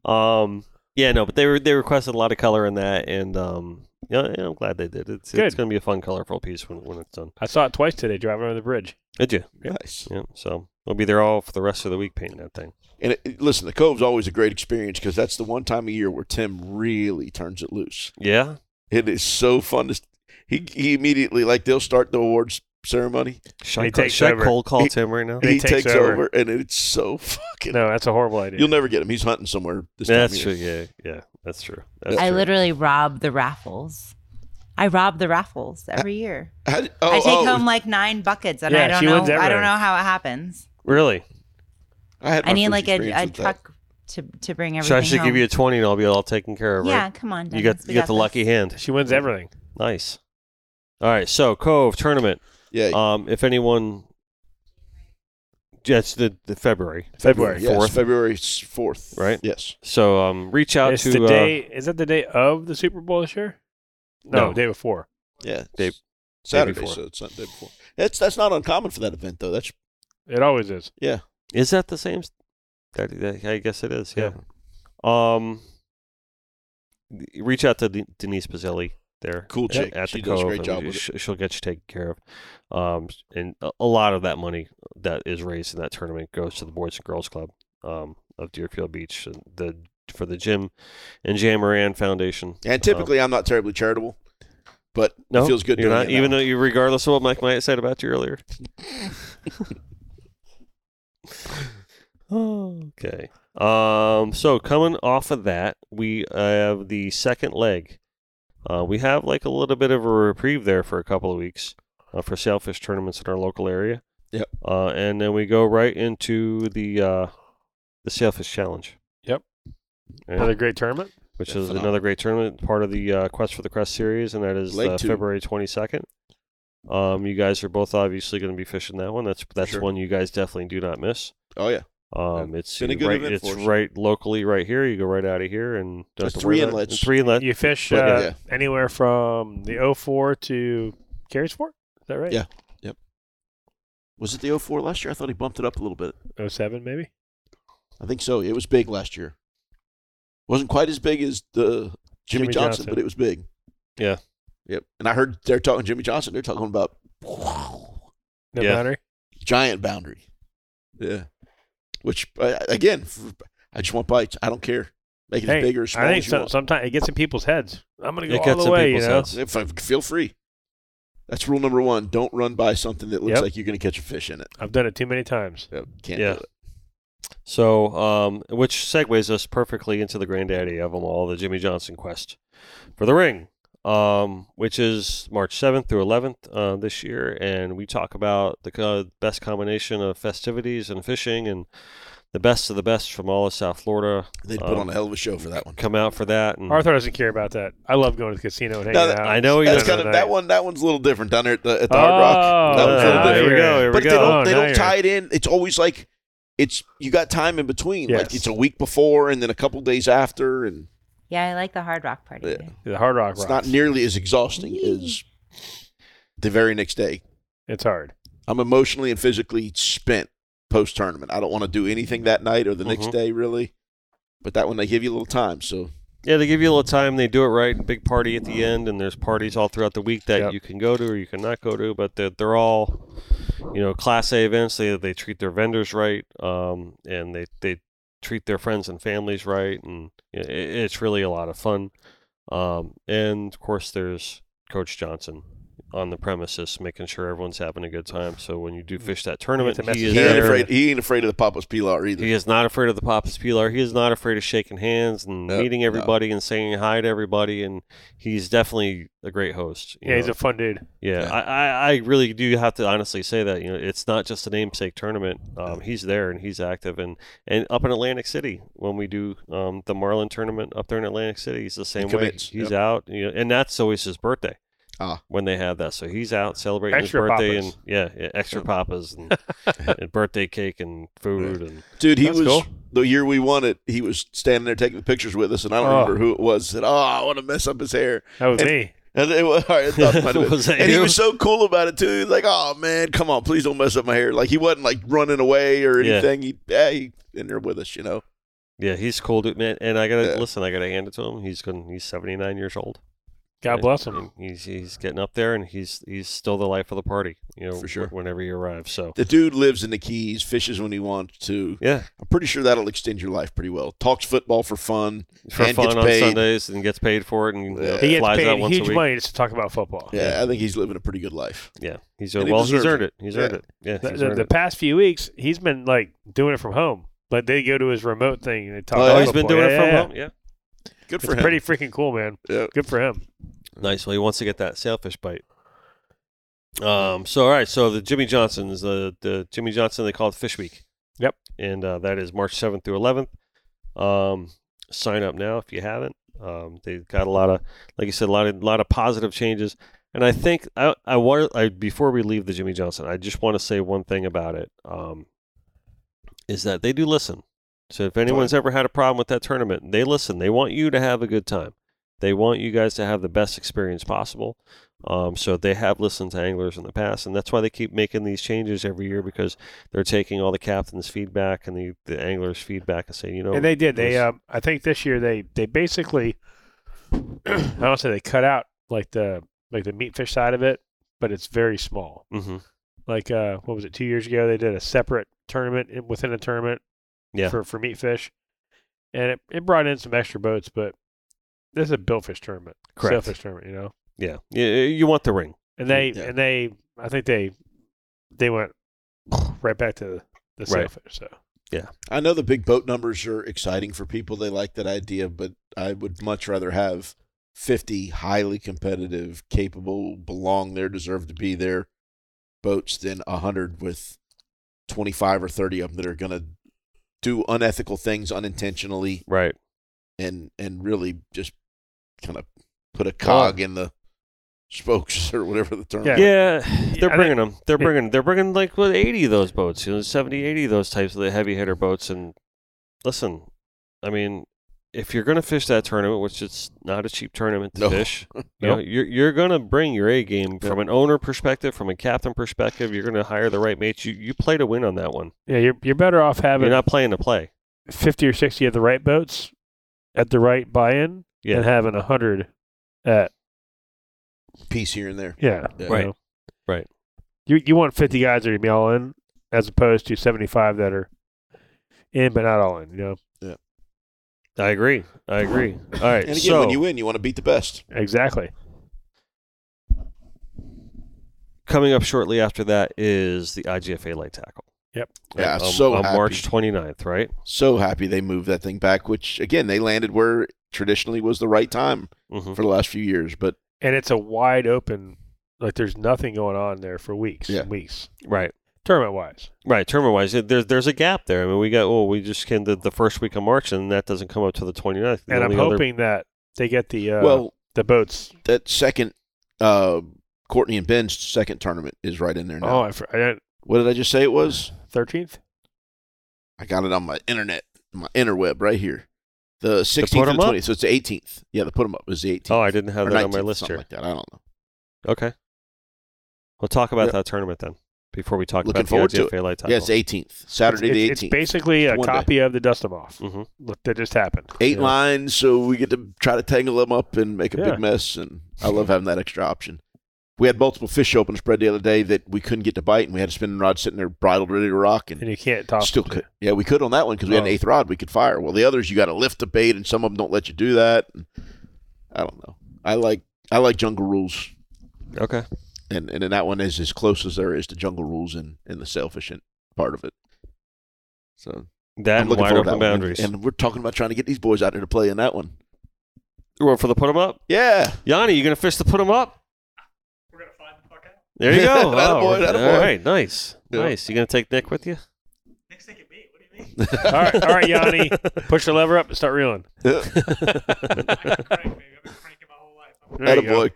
D: um. Yeah. No. But they were they requested a lot of color in that, and um. Yeah. yeah, I'm glad they did. It's it's
C: Good.
D: going to be a fun, colorful piece when when it's done.
C: I saw it twice today driving over the bridge.
D: Did you?
B: Nice.
D: Yeah. So we'll be there all for the rest of the week painting that thing.
B: And it- it, listen, the Cove's always a great experience because that's the one time a year where Tim really turns it loose.
D: Yeah.
B: It is so fun to. He, he immediately like they'll start the awards ceremony.
D: Should, I
C: He
D: call-
C: takes
D: should I
C: over.
D: cold call
B: He-
D: Tim right now?
C: He
B: he takes,
C: takes
B: over.
C: over.
B: and it's so fucking.
C: No, that's a horrible idea.
B: You'll never get him. He's hunting somewhere. This time
D: That's
B: of
D: true.
B: year.
D: Yeah. Yeah. That's true. That's
E: I
D: true.
E: literally rob the raffles. I rob the raffles every year.
B: How did- oh,
E: I take
B: oh,
E: home like nine buckets, and
C: Yeah,
E: I don't
C: she
E: know.
C: wins
E: I
C: everything.
E: don't know how it happens.
D: really.
B: I, had my
E: I need
B: first
E: like a,
B: experience
E: a
B: with that.
E: truck to to bring
D: Should I
E: everything.
D: should
E: home.
D: give you a twenty and I'll be all taken care of. right?
E: Yeah, come on.
D: You
E: Dennis,
D: got
E: we
D: you got the
E: this.
D: lucky hand.
C: She wins everything.
D: Nice. All right, so Cove tournament.
B: Yeah,
D: Um, if anyone, that's the, the February.
C: February.
B: yes,
D: fourth.
B: February fourth,
D: Right.
B: Yes,
D: So um, reach out
C: It's
D: to
C: the
D: uh,
C: day. Is that the day of the Super Bowl this year? No,
D: No.
C: day before.
B: yeah. it's
D: Day- day
B: Saturday,
D: before.
B: so it's not day before. That's that's not uncommon for that event though. That's
C: It always is.
D: Is that the same? s- That, that- I guess it is. Yeah.
C: Yeah.
D: Um. th- Reach out to De- Denise Pizzelli there.
B: Cool
D: at-
B: chick.
D: At
B: She
D: the
B: does a
D: Cove,
B: great
D: and
B: job with it.
D: sh- She'll get you taken care of. Um, and a, a lot of that money that is raised in that tournament goes to the Boys and Girls Club um, of Deerfield Beach, and the for the gym and Jan Moran Foundation.
B: and typically I'm not terribly charitable, but
D: No,
B: it feels good
D: You're
B: doing
D: not,
B: it
D: even
B: now.
D: though you, regardless of what Mike might have said about you earlier. okay. Um. So coming off of that, we uh, have the second leg. Uh, we have like a little bit of a reprieve there for a couple of weeks uh, for sailfish tournaments in our local area.
B: Yep.
D: Uh, and then we go right into the uh, the sailfish challenge.
C: Yep.
D: And-
C: Another great tournament.
D: which
B: Yeah,
D: is
B: phenomenal.
D: another great tournament, part of the uh, Quest for the Crest series, and that is
B: Leg
D: uh,
B: two.
D: February 22nd. Um, you guys are both obviously going to be fishing that one. That's that's
B: Sure.
D: one you guys definitely do not miss.
B: oh yeah,
D: Um, it's
B: been a good
D: right,
B: event
D: it's
B: for us.
D: right locally right here. You go right out of here and don't
B: There's
D: have to worry
B: three
D: about it.
B: inlets.
D: Three inlets.
C: You fish uh,
B: But, yeah.
C: anywhere from the 04 to Carries 4? Is that right?
B: Yeah. was it the 04 last year? I thought he bumped it up a little bit.
C: 07 maybe?
B: I think so. It was big last year. wasn't quite as big as the Jimmy,
C: Jimmy
B: Johnson,
C: Johnson.
B: but it was big.
D: Yeah.
B: Yep. And I heard they're talking Jimmy Johnson. They're talking about
C: No
D: Yeah.
C: boundary?
B: giant boundary. Yeah. Which uh, again, f- I just want bites. I don't care. Make it
C: Hey,
B: as big or as small
C: I think
B: as you
C: so,
B: want.
C: sometimes it gets in people's heads. I'm gonna go
D: It
C: all
D: gets
C: the
D: in
C: way. You
D: people's
C: know,
D: heads.
B: If, if- feel free. That's rule number one. Don't run by something that looks
C: Yep.
B: like you're going to catch a fish in it.
C: I've done it too many times.
B: Yep. Can't
D: Yeah.
B: do it.
D: So, um, which segues us perfectly into the granddaddy of them all, the Jimmy Johnson quest for the ring, um, which is March 7th through 11th uh, this year. And we talk about the co- best combination of festivities and fishing and the best of the best from all of South Florida
B: They'd put
D: Um,
B: on a hell of a show for that one.
D: come out for that. And
C: Arthur doesn't care about that. I love going to the casino and hanging
B: No, that-
C: out.
D: I know
C: Spending
D: he
B: That's
D: doesn't.
C: the
B: kind of
C: night.
B: that one. That one's a little different down there at the, at the
C: Oh,
B: Hard Rock. That one's a
D: Uh,
B: little
C: now
D: there
B: different.
D: we
C: you're-
D: go. There we
B: but
D: go.
B: they don't
C: Oh,
B: they
C: now
B: don't
C: you're-
B: tie it in. It's always like it's you got time in between. Like
C: Yes.
B: it's a week before and then a couple days after, and
E: Yeah, I like the Hard Rock party.
B: Yeah.
E: too.
C: The Hard Rock.
B: it's
C: Rocks.
B: not nearly as exhausting as the very next day.
C: It's hard.
B: I'm emotionally and physically spent post tournament. I don't want to do anything that night or the next
D: Mhm.
B: day really. But that one they give you a little time. So
D: Yeah, they give you a little time. They do it right. Big party at the end, and there's parties all throughout the week that
C: Yep.
D: you can go to or you can not go to. But they're, they're all, you know, class A events. They they treat their vendors right, um, and they they treat their friends and families right, and i i- it's really a lot of fun. Um, and of course, there's Coach Johnson on the premises, making sure everyone's having a good time. So when you do fish that tournament,
C: message
D: he is
B: he
C: Yeah.
B: ain't
D: there.
B: afraid he ain't afraid of the Papa's Pilar either.
D: He is not afraid of the Papa's Pilar. He is not afraid of shaking hands and
B: No,
D: meeting
B: no.
D: everybody and saying hi to everybody. And he's definitely a great host. you
C: Yeah, he's
D: know.
C: a fun dude.
D: yeah.
B: Yeah.
D: I, I, I really do have to honestly say that. You know, it's not just a namesake tournament. Um, he's there and he's active. And, and up in Atlantic City, when we do um, the Marlin tournament up there in Atlantic City, he's the same way.
B: commits,
D: He's out. You know, and that's always his birthday.
B: Ah.
D: When they have that, so he's out celebrating
C: Extra
D: his birthday
C: papas.
D: and yeah, yeah, extra papas and, and birthday cake and food and
B: Dude, he
D: That's
B: was
D: cool.
B: the year we won it. He was standing there taking the pictures with us, and I don't
C: Oh.
B: remember who it was. Said, "Oh, I want to mess up his hair."
C: That was
B: And-
C: me.
B: And, it was, I thought it might have been-
D: Was that
B: and he
D: you?
B: was so cool about it too. He was like, "Oh man, come on, please don't mess up my hair." Like he wasn't like running away or
D: Yeah.
B: anything. He, yeah, he in there with us, you know.
D: Yeah, he's cool, dude, man. And I gotta
B: Yeah.
D: listen. I gotta hand it to him. He's going He's seventy nine years old.
C: God
D: And-
C: bless him.
D: and He's he's getting up there, and he's he's still the life of the party. You know,
B: For sure.
D: wh- Whenever he arrives, so
B: The dude lives in the Keys, fishes when he wants to.
D: yeah,
B: I'm pretty sure that'll extend your life pretty well. Talks football for fun.
D: for
B: And gets
D: fun on
B: paid.
D: Sundays and gets paid for it, and you know,
B: Yeah.
C: He gets
D: flies out
C: paid
D: once a
C: huge
D: week.
C: money just to talk about football.
B: Yeah, I think he's living a pretty good life.
D: Yeah, he's
B: And he
D: well, he's
B: deserves
D: earned
B: it.
D: it. He's
B: Yeah.
D: earned it. Yeah,
C: The,
D: he's
C: the-
D: earned
C: the
D: it.
C: past few weeks, he's been like doing it from home, but they go to his remote thing and they talk.
B: Oh,
D: Oh,
C: about
D: he's been
C: football.
D: doing
C: Yeah,
D: it from
C: yeah.
D: home. Yeah,
B: Good
C: It's
B: for him.
C: pretty freaking cool, man.
B: Yeah.
C: Good for him.
D: nice. Well, he wants to get that sailfish bite. Um. So all right. So the Jimmy Johnson's the the Jimmy Johnson they call it Fish Week.
C: Yep.
D: And uh, that is March seventh through eleventh. Um. Sign up now if you haven't. Um. They've got a lot of like you said a lot of lot of positive changes. And I think I I want I before we leave the Jimmy Johnson I just want to say one thing about it. Um. Is that they do listen. So if anyone's ever had a problem with that tournament, they listen. They want you to have a good time. They want you guys to have the best experience possible. Um, so they have listened to anglers in the past, and that's why they keep making these changes every year because they're taking all the captains' feedback and the, the anglers' feedback and saying, you know,
C: and they did. They,
D: this-
C: um, I think this year they they basically, I don't say they cut out like the like the meat fish side of it, but it's very small.
D: Mhm.
C: Like uh, what was it? Two years ago, they did a separate tournament in- within a tournament.
D: Yeah.
C: For for meat fish, and it, it brought in some extra boats, but this is a billfish tournament,
D: Correct.
C: sailfish tournament, you know.
D: yeah, you, you want the ring.
C: And they
B: Yeah.
C: and they, I think they they went right back to the
D: Right.
C: sailfish. So
B: I know the big boat numbers are exciting for people. They like that idea, but I would much rather have 50 highly competitive, capable, belong there, deserve to be there boats than 100 with 25 or 30 of them that are going to do unethical things unintentionally
D: Right.
B: and and really just kind of put a cog in the spokes or whatever the term
C: Yeah.
B: is.
D: Yeah,
C: I
D: they're
C: think-
D: bringing them. They're
C: yeah.
D: bringing. They're bringing like what eighty of those boats, you know, 70, 80 of those types of the heavy hitter boats. And listen, I mean, if you're going to fish that tournament, which it's not a cheap tournament to
B: No.
D: fish, you
C: Nope.
D: know, you're you're going to bring your A game from an owner perspective, from a captain perspective. You're going to hire the right mates. You you play to win on that one.
C: yeah, you're you're better off having
D: You're not playing to play.
C: 50 or 60 of the right boats at the right buy-in
D: Yeah.
C: and having 100 at
B: Piece here and there.
C: yeah
B: Yeah.
C: you
D: Right.
C: know.
D: Right.
C: you you want 50 guys that are gonna be all in as opposed to 75 that are in but not all in you know
D: I agree. I agree. All right.
B: And again,
D: so
B: when you win, you want to beat the best.
C: Exactly.
D: coming up shortly after that is the IGFA light tackle.
C: Yep.
D: Right,
B: Yeah,
D: on,
B: so
D: on
B: happy.
D: March 29th, right?
B: So happy they moved that thing back, which again they landed where traditionally was the right time
D: Mm-hmm.
B: for the last few years. But
C: And it's a wide open, like there's nothing going on there for weeks
B: Yeah.
C: and weeks,
D: Right.
C: tournament wise.
D: Right, tournament wise, there's there's a gap there. I mean, we got oh, we just came to the first week of March, and that doesn't come up to the 29th. The
C: And I'm
D: only other-
C: hoping that they get the uh,
B: well,
C: the boats.
B: that second uh, Courtney and Ben's second tournament is right in there now.
C: Oh, I, fr- I don't-
B: What did I just say it was?
C: 13th?
B: I got it on my internet, my interweb right here. The 16th
D: put 'em
B: and
D: up?
B: 20th. So it's the 18th. Yeah, the put them up is the 18th.
D: oh, I didn't have
B: or
D: that on my
B: 19th,
D: list
B: something
D: here.
B: like that. I don't know.
D: okay, we'll talk about
B: Yeah.
D: that tournament then before we talk
B: Looking
D: about
B: forward
D: the
B: to
D: IGFA light tackle.
B: Yeah, it's 18th. Saturday
C: it's,
B: the 18th.
C: it's- It's basically a
B: One day.
C: copy of the Dust 'Em Off
D: hmm
C: Look, that just happened.
B: Eight
D: Yeah.
B: lines, so we get to try to tangle them up and make a
C: Yeah.
B: big mess. And I love having that extra option. We had multiple fish open spread the other day that we couldn't get to bite, and we had a spinning rod sitting there bridled, ready to rock, and
C: And you can't talk.
B: Still could. Yeah, we could on that one because we had an
C: Oh.
B: eighth rod we could fire. Well, the others you got to lift the bait, and some of them don't let you do that. And I don't know. I like I like jungle rules,
D: Okay,
B: and and then that one is as close as there is to jungle rules in in the sailfish and part of it. So
D: that and wide
B: forward to
D: open
B: that one.
D: boundaries.
B: And, and we're talking about trying to get these boys out there to play in that one.
D: you want for the put 'em up,
B: Yeah,
D: Yanni? You gonna fish the put 'em up? We're gonna
B: Yeah,
D: find the fuck out. There you go.
B: attaboy, attaboy.
D: All right, nice,
B: Yeah.
D: nice. You gonna take Nick with you?
C: all right, all right, Yanni, push the lever up and start reeling. There you go.
B: attaboy.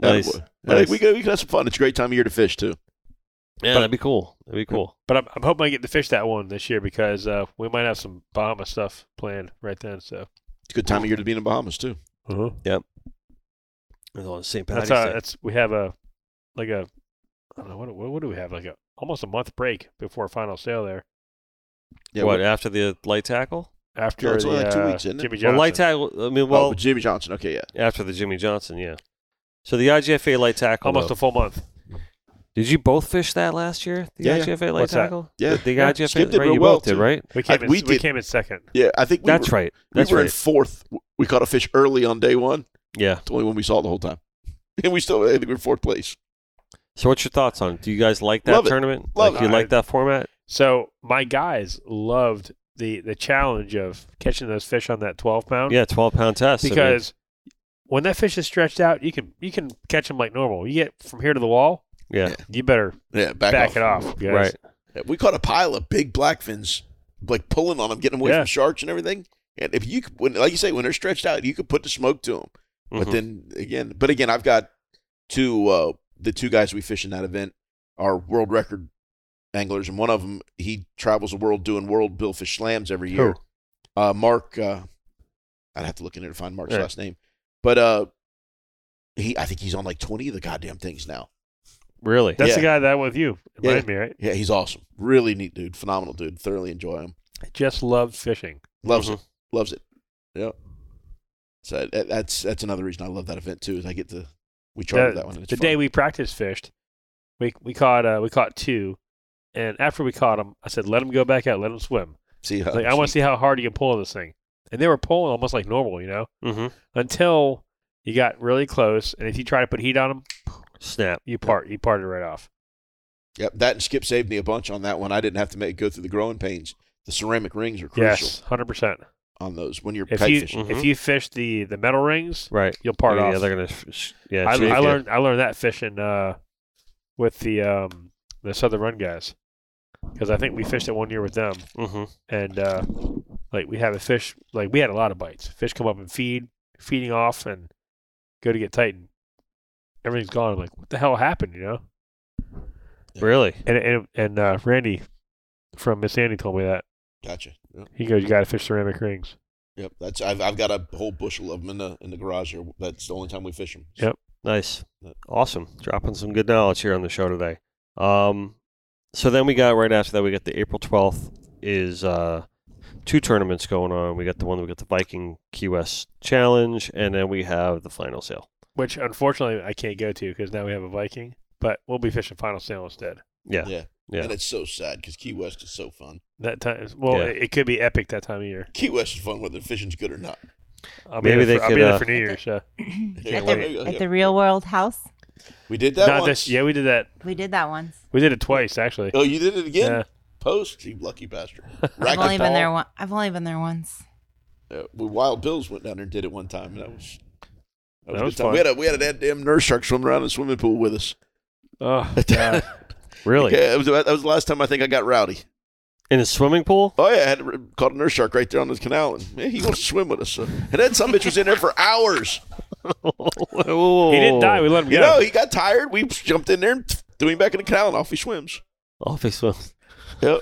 D: Nice.
B: Attaboy. I think
D: Nice.
B: we go. We can have some fun. It's a great time of year to fish too.
D: Yeah, that'd be cool. That'd be cool.
C: But I'm, I'm hoping I get to fish that one this year because uh, we might have some Bahama stuff planned right then. So
B: It's a good time of year to be in the Bahamas too.
D: Uh-huh. It's on St. Patrick's
C: that's uh,
D: Day.
C: that's we have a like a I don't know what what, what do we have like a almost a month break before final sale there
B: Yeah,
D: what
B: we-
D: after the light tackle?
C: after
B: No, it's
C: the,
B: only like two
C: uh,
B: weeks, isn't it?
C: Jimmy Johnson.
D: Well, light tackle. I mean,
B: oh,
D: well,
B: with Jimmy Johnson. Okay, yeah.
D: after the Jimmy Johnson, yeah. So the IGFA light tackle.
C: almost
D: though.
C: a full month.
D: did you both fish that last year? The
B: Yeah, yeah.
D: IGFA light
C: What's that?
D: tackle.
B: Yeah.
D: the, the
B: Yeah.
D: IGFA.
B: Skip did
D: right,
B: real
D: you
B: well,
D: both did,
B: too.
D: right?
C: We came
B: I-
C: in,
B: we
C: we,
B: did.
C: came in second.
B: Yeah, I think we
D: That's
B: were,
D: right. That's
B: we were
D: right.
B: in fourth. We caught a fish early on day one.
D: yeah.
B: It's the only one we saw the whole time, and we still I think we were fourth place.
D: So what's your thoughts on it? Do you guys like that
B: Love it.
D: tournament?
B: Love
D: like
C: it.
D: you like that format?
C: So my guys loved the the challenge of catching those fish on that 12 pound
D: Yeah, twelve pound test. I mean,
C: because when that fish is stretched out, you can you can catch them like normal. You get from here to the wall,
D: yeah,
C: you better
B: Yeah, back,
C: back
B: off.
C: it off. guys.
D: right.
B: Yeah, we caught a pile of big blackfins, like pulling on them, getting away
C: Yeah.
B: from sharks and everything. And if you could, when, like you say, when they're stretched out, you could put the smoke to them. But
C: Mm-hmm.
D: Mhm.
B: then again, but again, I've got two uh, the two guys we fish in that event are world record anglers, and one of them he travels the world doing world billfish slams every year. Uh, Mark, uh, I'd have to look in there to find Mark's
D: Yeah.
B: last name, but uh, he I think he's on like twenty of the goddamn things now.
D: really,
C: That's the
B: Yeah.
C: guy that went with you in
B: Yeah.
C: Miami, right?
B: Yeah, he's awesome, really neat dude, phenomenal dude. Thoroughly enjoy him,
C: Just loved fishing.
B: loves
C: Mm-hmm.
B: it, loves it. Yeah. So that, that's that's another reason I love that event too. Is I get to we charter
C: The-
B: that one. and it's
C: the
B: fun.
C: day we practice fished, we we caught uh, we caught two, and after we caught them, I said, "Let them go back out, let them swim.
B: see how
C: Like I want to see how hard you can pull this thing." And they were pulling almost like normal, you know,
D: Mm-hmm.
C: until you got really close, and if you try to put heat on them,
D: Snap.
C: you part you parted right off.
B: Yep, that and Skip saved me a bunch on that one. I didn't have to make go through the growing pains. The ceramic rings are crucial
C: Yes, hundred percent.
B: on those when you're
C: If
B: kite
C: you
B: fishing. Mm-hmm.
D: Mhm.
C: if you fish the the metal rings,
D: Right.
C: you'll part
D: yeah,
C: off.
D: Yeah, they're gonna. f- sh- Yeah,
C: I,
D: shake
C: I
D: it.
C: learned I learned that fishing uh, with the um, the Southern Run guys because I think we fished it one year with them
D: Mhm.
C: and uh, like we have a fish like we had a lot of bites. Fish come up and feed, feeding off and go to get tightened. Everything's gone. I'm like, what the hell happened? You know?
D: Really.
C: And and and uh, Randy from Miss Andy told me that
B: Gotcha. Yep,
C: he goes, you got to fish ceramic rings.
B: yep. That's I've, I've got a whole bushel of them in the in the garage here. That's the only time we fish them.
C: Yep.
D: Nice.
B: Yeah.
D: Awesome. Dropping some good knowledge here on the show today. Um, so then we got right after that, we got the April 12th is uh, two tournaments going on. We got the one, we got the Viking Key West Challenge, and then we have the final sale.
C: Which unfortunately I can't go to because now we have a Viking, but we'll be fishing Final Sale instead.
D: Yeah.
B: Yeah.
D: Yeah.
B: And it's so sad because Key West is so fun.
C: That time, well,
D: Yeah.
C: it, it could be epic that time of year.
B: Key West is fun whether the fishing's good or not.
C: I'll be
D: Maybe
C: there
D: they
C: for, I'll
D: could,
C: be there
D: uh,
C: for New Year's. Yeah,
E: Mm. At
C: Can't wait.
E: the, at the real world house,
B: We did that
C: not
B: once.
C: this. Yeah, we did that.
E: we did that once.
C: We did it twice actually.
B: Oh, you did it again?
C: Yeah.
B: Post, you lucky bastard.
E: I've only been there.
B: Racquetball.
E: One, I've only been there once.
B: Uh, we Wild Bills went down there and did it one time, and that was that was,
C: That
B: a
C: was
B: good time.
C: fun.
B: We had a we had a damn nurse shark swimming around in the swimming pool with us.
C: Oh, God.
D: Really?
B: Yeah, it was, that was the last time I think I got rowdy.
D: In a swimming pool?
B: Oh yeah, I had to- caught a nurse shark right there on the canal, and man, he wants to swim with us. So. And then some bitch was in there for hours.
D: he
C: he didn't die. We let him
B: You
C: go.
B: know, he got tired. We jumped in there and threw him back in the canal, and off he swims.
D: Off he swims.
B: Yep.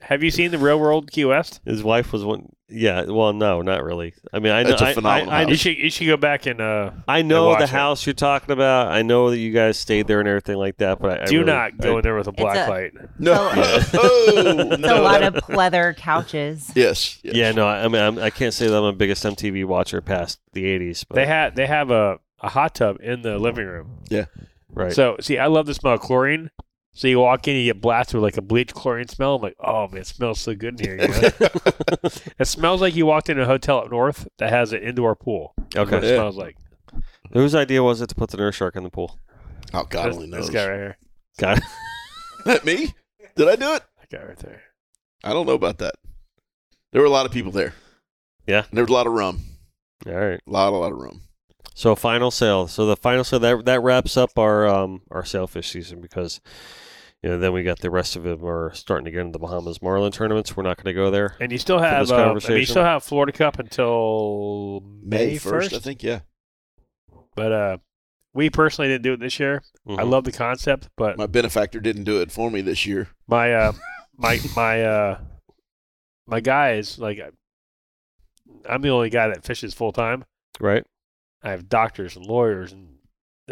C: Have you seen the real world Key West?
D: His wife was one. Yeah. Well, no, not really. I mean, I know.
B: That's a
D: I-
B: phenomenal
D: I, I,
C: You should you should go back and uh,
D: I
C: I
D: know
C: watch
D: the
C: it.
D: house you're talking about. I know that you guys stayed there and everything like that. But I I
C: do
D: really-
C: not go
D: I-
C: in there with a black
E: a-
C: light.
B: No,
E: Oh.
B: Oh,
E: It's a
B: no.
E: lot of pleather couches.
B: yes, yes.
D: Yeah, no. I mean, I'm, I can't say that I'm a biggest MTV watcher past the '80s. But
C: They had they have a, a hot tub in the living room.
D: right.
C: So see, I love the smell of chlorine. So you walk in, you get blasted with like a bleach chlorine smell. I'm like, oh man, it smells so good in here. You know? it smells like you walked in a hotel up north that has an indoor pool. That's what
D: okay.
C: it
B: Yeah.
C: smells like
D: Whose idea was it to put the nurse shark in the pool?
B: Oh God,
C: this,
B: only
C: this
B: knows.
C: guy right here,
D: God.
B: Me? Did I do it?
C: that guy right there.
B: I don't know about that. There were a lot of people there.
D: Yeah.
B: And there was a lot of rum.
D: All right.
B: A lot, a lot of rum.
D: So final sale. So the final sale that that wraps up our um our sailfish season because you know then we got the rest of them are starting to get into the Bahamas Marlin tournaments. We're not going to go there.
C: And you still
D: For
C: have
D: this
C: uh, I mean, you
D: conversation.
C: still have Florida Cup until May first,
B: I think. Yeah.
C: but uh, we personally didn't do it this year. I
D: Mhm.
C: love the concept, but
B: My benefactor didn't do it for me this year.
C: my uh my my uh my guys like I'm the only guy that fishes full time.
D: right.
C: I have doctors and lawyers and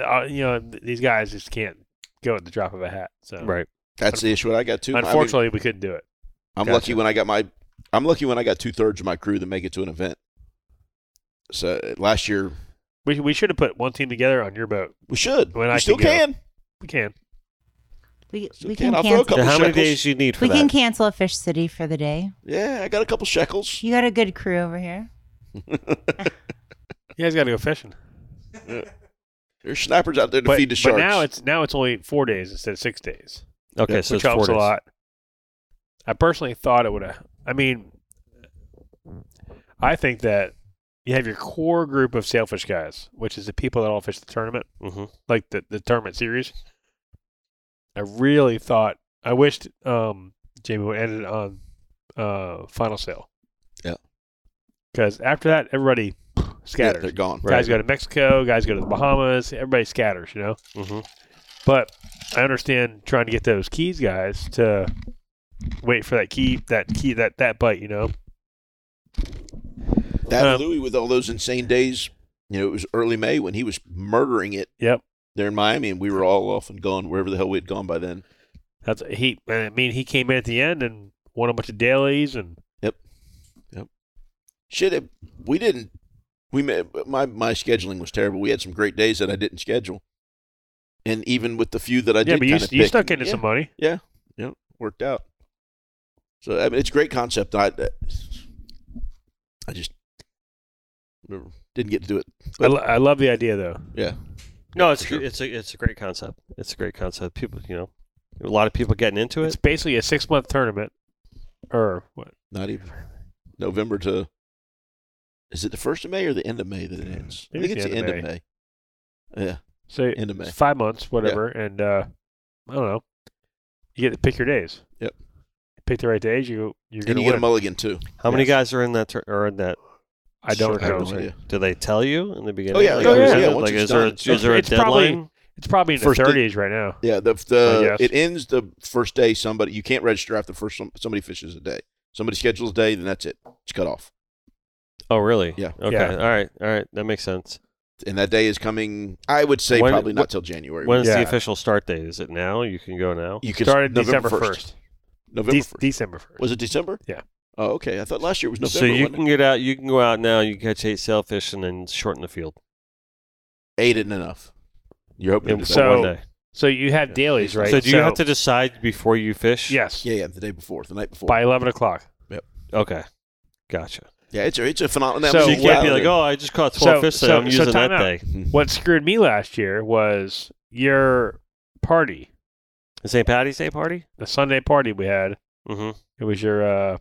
C: uh, you know th- these guys just can't go at the drop of a hat. So
D: Right.
B: That's the issue. I got two. I mean,
C: unfortunately, we couldn't do it.
B: I'm
D: Gotcha.
B: lucky when I got my. I'm lucky when I got two thirds of my crew to make it to an event. So uh, last year
C: We we should have put one team together on your boat.
B: we should.
C: When
B: we
C: I
B: still
C: could go.
B: can.
C: We can.
E: We,
B: Still
E: we
B: can.
E: can
B: I'll throw a
E: cancel.
B: couple
D: Now, how many
B: shekels.
D: days do you need for
E: We
D: that?
E: can cancel a fish city for the day.
B: Yeah, I got a couple shekels.
E: You got a good crew over here.
C: You guys got to go fishing.
B: There's snappers out there to
C: But,
B: feed the
C: but
B: sharks.
C: now it's now it's only four days instead of six days,
D: okay,
B: Yeah,
D: so
C: which
D: it's four
C: helps a
D: days.
C: lot. I personally thought it would have. I mean, I think that you have your core group of sailfish guys, which is the people that all fish the tournament.
D: hmm
C: like the, the tournament series. I really thought I wished um Jamie would end it on uh final sale.
B: Yeah.
C: Because after that everybody
B: yeah,
C: scatters.
B: they're gone.
C: Guys go to Mexico, guys go to the Bahamas, everybody scatters, you know?
B: Mm-hmm.
D: hmm
C: But I understand trying to get those keys guys to wait for that key that key that that bite, you know.
B: That
C: Um,
B: Louis with all those insane days. You know, it was early May when he was murdering it.
C: Yep.
B: There in Miami, and we were all off and gone wherever the hell we had gone by then.
C: That's he I mean he came in at the end and won a bunch of dailies and
B: Shit, it, we didn't. We ma- my my scheduling was terrible. We had some great days that I didn't schedule, and even with the few that I
C: Yeah,
B: did,
C: but you,
B: kinda
C: you
B: pick,
C: stuck into
B: yeah,
C: some money.
B: Yeah, worked out. So I mean, it's a great concept. I uh, I just didn't get to do it.
C: I, lo- I love the idea though.
B: Yeah,
D: No, it's
B: sure.
D: it's a it's a great concept. It's a great concept. People, you know, a lot of people getting into
C: It's
D: it.
C: basically a six month tournament, or what?
B: not even November to. Is it the first of May or the end of May that it ends? I
C: Maybe
B: think it's the end of May. Yeah,
C: So
B: End of May.
C: it's five months, whatever, and uh, I don't know. You get to pick your days.
B: Yep.
C: Pick the right days, you you're
B: and
C: gonna
B: you get a
C: win.
B: mulligan too.
D: How many
C: Yes.
D: guys are in that tur- or in that?
C: I don't
D: I have
C: know.
D: no
B: sure.
D: idea. Do they tell you in the beginning?
B: Oh, yeah,
D: like,
C: yeah,
D: is
C: yeah,
D: it-
B: once
D: like,
B: it's
D: is there a,
B: done, it's
D: is there a
C: it's probably-
D: deadline?
C: It's probably in
B: First
C: the
B: day-
C: 30s right now.
B: Yeah, the, the
C: I guess.
B: it ends the first day. Somebody you can't register after the first some- somebody fishes a day. Somebody schedules a day, then that's it. It's cut off,
D: Oh, really?
B: Yeah.
D: Okay.
C: Yeah.
D: All right. All right. That makes sense.
B: and that day is coming. I would say
D: When-
B: probably
D: what-
B: not till January.
D: When is
C: Yeah.
D: the official start date? Is it now? You can go now.
B: you can
C: Started
B: November
C: December first.
B: November
C: De-
B: first.
C: December first.
B: was it December?
C: Yeah.
B: Oh, okay. I thought last year was November.
D: so you
B: wasn't
D: can
B: it?
D: get out. You can go out now. You can catch eight sailfish and then shorten the field
B: eight isn't enough. You're hoping
D: in
B: to
D: for
C: So-
D: one day.
C: So you have
D: Yeah.
C: dailies, right?
D: So do you have to decide before you fish?
C: Yes.
B: Yeah, yeah, the day before, the night before.
C: By eleven o'clock.
D: Okay. Gotcha.
B: Yeah, it's a, it's a Mm-hmm. phenomenon.
C: So
D: So, you can't be like, oh, I just caught 12
C: So-
D: fish today.
C: so-
D: I'm
C: so
D: using
C: time
D: that
C: out.
D: day.
C: What screwed me last year was your party,
D: The St. Patty's Day party?
C: the Sunday party we had.
D: Mm-hmm.
C: It was your uh,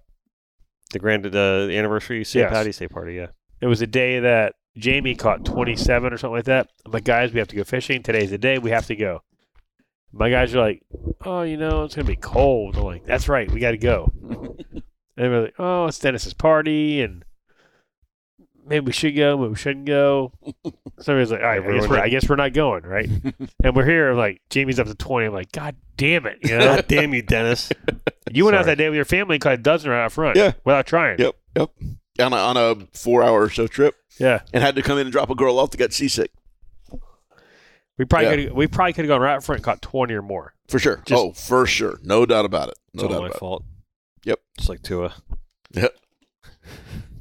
D: The grand the anniversary St.
C: Yes.
D: Patty's Day party, yeah.
C: It was a day that Jamie caught 27 or something like that. I'm like, guys, we have to go fishing. Today's the day. We have to go. My guys are like, oh, you know, it's going to be cold. I'm like, that's right. We got to go. and we're like, oh, it's Dennis's party. And maybe we should go. Maybe we shouldn't go. Somebody's like, all right, I guess,
D: Everyone-
C: we're, I guess we're not going, right? and we're here. Like, Jamie's up to 20. I'm like, God damn it. You know,
D: God damn you, Dennis.
C: you went out
D: Sorry.
C: that day with your family and caught a dozen right out front
B: Yeah.
C: without trying.
B: Yep, yep. On a, on a four hour or so trip
C: Yeah.
B: and had to come in and drop a girl off that got seasick.
C: We probably
B: Yeah.
C: could we probably could have gone right out front and caught 20 or more.
B: For sure.
C: Just-
B: oh, for sure. No doubt about it. No
D: It's all
B: doubt
D: Oh, my
B: about
D: fault.
B: Yep.
D: It's like Tua.
B: Yep.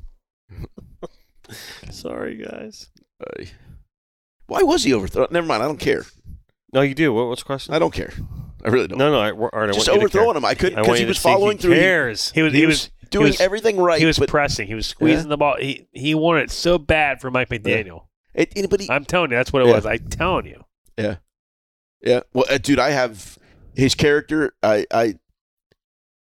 D: Sorry, guys.
B: it. Uh, Why was he overthrown? Never mind. I don't care.
D: No, you do. What, what's the question?
B: I don't care. I really don't.
D: No, no. I, all right, I
B: Just
D: want you to care.
B: overthrowing him. I couldn't
D: I
B: because
D: want
B: he
D: you
B: was
D: to think
B: following
D: he
B: through. He-
D: Cares.
C: He was
B: He,
C: he
B: was,
C: was
B: doing
C: was-
B: everything right.
C: he was
B: but
C: pressing. He was squeezing
B: Yeah.
C: the ball. He he wanted it so bad for Mike McDaniel.
B: it, it- but he-
C: I'm telling you, that's what it
B: Yeah.
C: was. I'm telling you.
B: Yeah. Well, uh, dude, I have his character. I I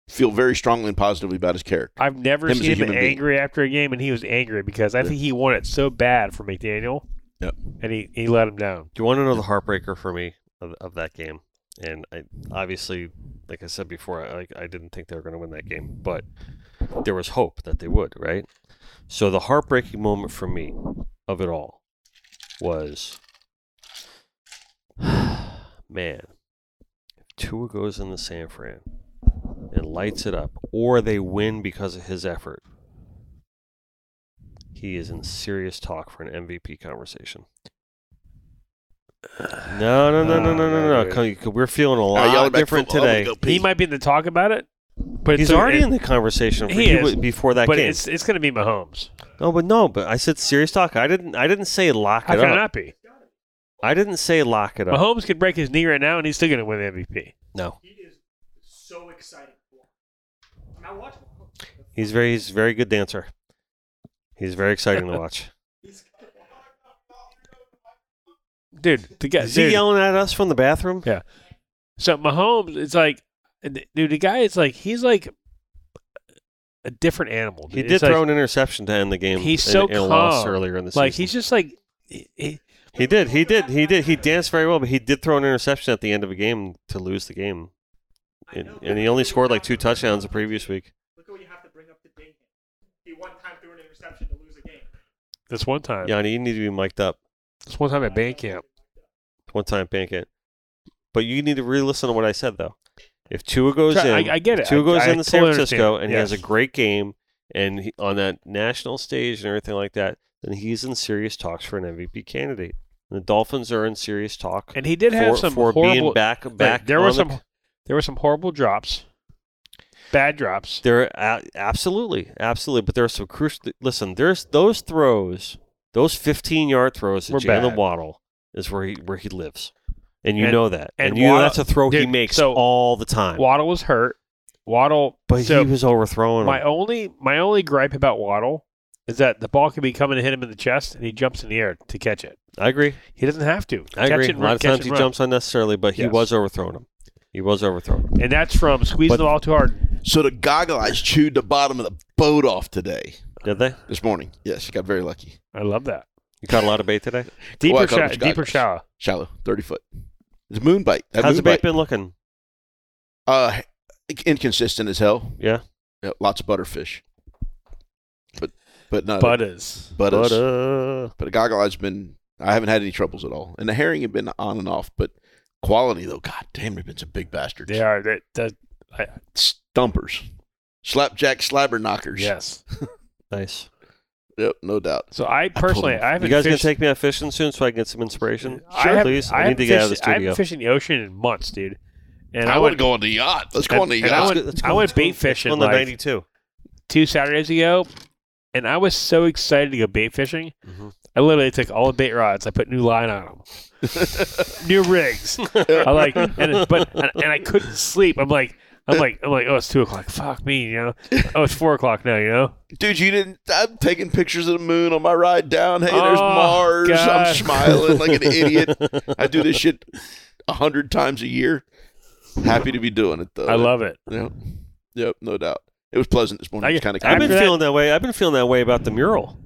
B: feel very strongly and positively about his character.
C: I've never
B: Him as a
C: seen him
B: human being.
C: angry after a game, and he was angry because I
B: Yeah.
C: think he wanted it so bad for McDaniel.
B: Yep.
C: And he, he let him down.
D: Do you want to know the heartbreaker for me of, of that game? And I obviously, like I said before, I, I didn't think they were going to win that game, but there was hope that they would, right? So the heartbreaking moment for me of it all was, man, if Tua goes in the San Fran and lights it up, or they win because of his effort. He is in serious talk for an MVP conversation. No, no, no, no, no, no, no.
C: Ah,
D: Come- We're feeling a
B: All right, y'all are
D: lot
B: back to
D: different
B: football. I'm gonna
D: today.
B: go pee.
C: He might be in the talk about it, but
D: He's
C: it's,
D: already
C: it-
D: in the conversation for
C: He
D: you
C: is,
D: before that
C: But
D: game.
C: it's it's going to be Mahomes.
D: No, but no, but I said serious talk. I didn't. I didn't say lock
C: How
D: it
C: can
D: up.
C: it not be?
D: I didn't say lock it up.
C: Mahomes could break his knee right now, and he's still going to win the MVP.
D: No,
G: so exciting. I'm not watching.
D: he's very. He's a very good dancer. He's very exciting to watch.
C: Dude, the guy.
D: Is
C: dude.
D: he yelling at us from the bathroom?
C: Yeah. So Mahomes, it's like, dude, the guy is like, he's like a different animal.
D: He
C: dude.
D: did
C: It's like-
D: throw an interception to end the game.
C: He's
D: in-
C: so
D: in a loss
C: calm.
D: earlier in the season.
C: like he's just like, he, he-
D: he did. He did. He did. He danced very well, but he did throw an interception at the end of a game to lose the game. And, and he only scored like two touchdowns the previous week.
G: Look at what you have to bring up to Dane. He one time threw an interception to lose a game.
C: this one time,
D: Yanni, you need to be mic'd up.
C: this one time at band camp.
D: one time bank it. But you need to re-listen to what I said though. If Tua goes
C: Sure, I-
D: in,
C: I get
D: if
C: it.
D: Tua
C: I-
D: goes
C: I
D: in to San
C: totally
D: Francisco
C: understand.
D: and he has a
C: Yes.
D: great game, and he, on that national stage and everything like that, then he's in serious talks for an MVP candidate. And the Dolphins are in serious talk,
C: And he did
D: for,
C: have some
D: for
C: horrible
D: being back
C: like,
D: back.
C: there were
D: on the-
C: some, there were some horrible drops, bad drops.
D: There, a- absolutely, absolutely. But there are some crucial. Listen, there's those throws, those 15 yard throws to
C: Were
D: Jalen
C: bad.
D: Waddle is where he where he lives, and you
C: And-
D: know that, and,
C: and
D: you know
C: Waddle-
D: that's a throw he
C: dude,
D: makes
C: so-
D: all the time.
C: Waddle was hurt. Waddle,
D: but
C: so
D: he was overthrowing
C: my
D: him.
C: only my only gripe about Waddle is that the ball could be coming to hit him in the chest, and he jumps in the air to catch it.
D: I agree.
C: He doesn't have to.
D: I
C: Catch
D: agree.
C: it
D: a
C: and
D: lot
C: run,
D: of
C: catch
D: times
C: it
D: he
C: and run.
D: jumps unnecessarily, but he
C: Yes.
D: was overthrowing him. He was overthrowing him.
C: and that's from squeezing the
D: But-
C: ball too hard.
B: so the goggle eyes chewed the bottom of the boat off today,
D: Did they?
B: this morning. Yes, got very lucky.
C: I love that
D: You caught a lot of bait today.
C: deeper
B: Well, I caught
C: sho-
B: it with
C: deeper
B: Skycross.
C: shower.
B: Shallow, thirty foot. It's a moon bite. That
D: How's
B: moon
D: the bait
B: bite,
D: been looking?
B: Uh, inconsistent as hell.
D: Yeah.
B: Yeah, lots of butterfish, but but not
C: Butters.
B: butters.
D: Butter.
B: But the goggle eye's been. I haven't had any troubles at all, and the herring have been on and off. But quality though, god damn, they've been some big bastards.
C: They are. That, that,
B: stumpers, slapjack slabber knockers.
C: yes.
D: Nice.
B: Yep, no doubt.
C: So I personally,
B: pulled-
C: I
D: You
C: haven't.
D: guys
C: fished,
D: gonna take me out fishing soon so I can get some inspiration?
C: I haven't-
D: please.
C: I,
D: I, need
C: haven't
D: to get out of the
C: fished- I haven't
D: studio.
C: fished in the ocean in months, dude. And
B: I,
C: I,
B: want to
C: went
B: go on the yacht. Let's go on the
C: and I
B: yacht.
C: went- I went bait fishing,
D: on the
C: like-
D: '92.
C: two Saturdays ago, and I was so excited to go bait fishing.
D: Mhm.
C: I literally took all the bait rods. I put new line on them, new rigs. I like, and it, but and, and I couldn't sleep. I'm like, I'm like, I'm like, oh, it's two o'clock. Fuck me, you know. Oh, it's four o'clock now, you know.
B: Dude, you didn't. I'm taking pictures of the moon on my ride down. Hey, there's
C: Oh,
B: Mars. I'm
C: God.
B: smiling like an idiot. I do this shit a hundred times a year. Happy to be doing it
D: Uh,
B: though.
C: I love it.
B: Yep. Yep. No doubt. It was pleasant this morning.
C: I-
B: It's kind of
D: I've been
C: After that-
D: feeling that way. I've been feeling that way about the mural.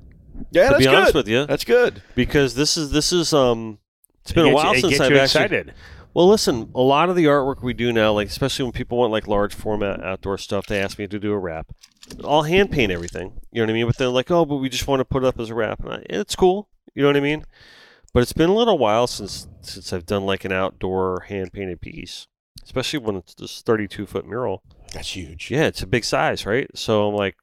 B: yeah.
D: to
B: That's
D: be
B: good.
D: honest with you,
B: That's good.
D: because this is this is um. It's been
C: It
D: a
C: gets
D: while
C: you, it
D: since
C: gets
D: I've
C: you
D: actually.
C: excited.
D: Well, listen, a lot of the artwork we do now, like especially when people want like large format outdoor stuff, they ask me to do a wrap. I'll hand paint everything. You know what I mean? But they're like, oh, but we just want to put it up as a wrap, and I, it's cool. You know what I mean? But it's been a little while since since I've done like an outdoor hand painted piece, especially when it's this thirty two foot mural.
B: That's huge.
D: Yeah, it's a big size, right? So I'm like,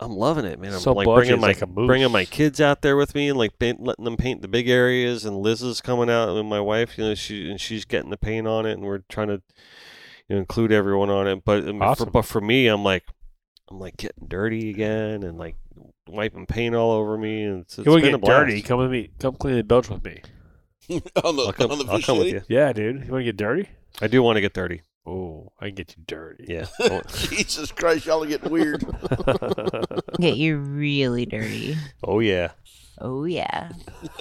D: I'm loving it, man. I'm
C: So
D: like
C: bulky,
D: bringing
C: it's
D: my
C: like a moose.
D: bringing my kids out there with me and like paint, letting them paint the big areas. And Liz is coming out and my wife, you know, she and she's getting the paint on it, and we're trying to you know, include everyone on it. But I mean,
C: Awesome.
D: for, but for me, I'm like, I'm like getting dirty again and like wiping paint all over me, and it's, it's
C: You want
D: been
C: to
D: a
C: get
D: blast.
C: dirty? Come with me. Come clean the bilge with me.
B: on the,
D: I'll come,
B: on the
D: I'll come with
B: facility?
D: you.
C: Yeah, dude. You want to get dirty?
D: I do want to get dirty.
C: Oh, I can get you dirty.
D: Yeah. Oh,
B: Jesus Christ, y'all are getting weird.
E: Get you really dirty.
D: oh yeah.
E: Oh yeah.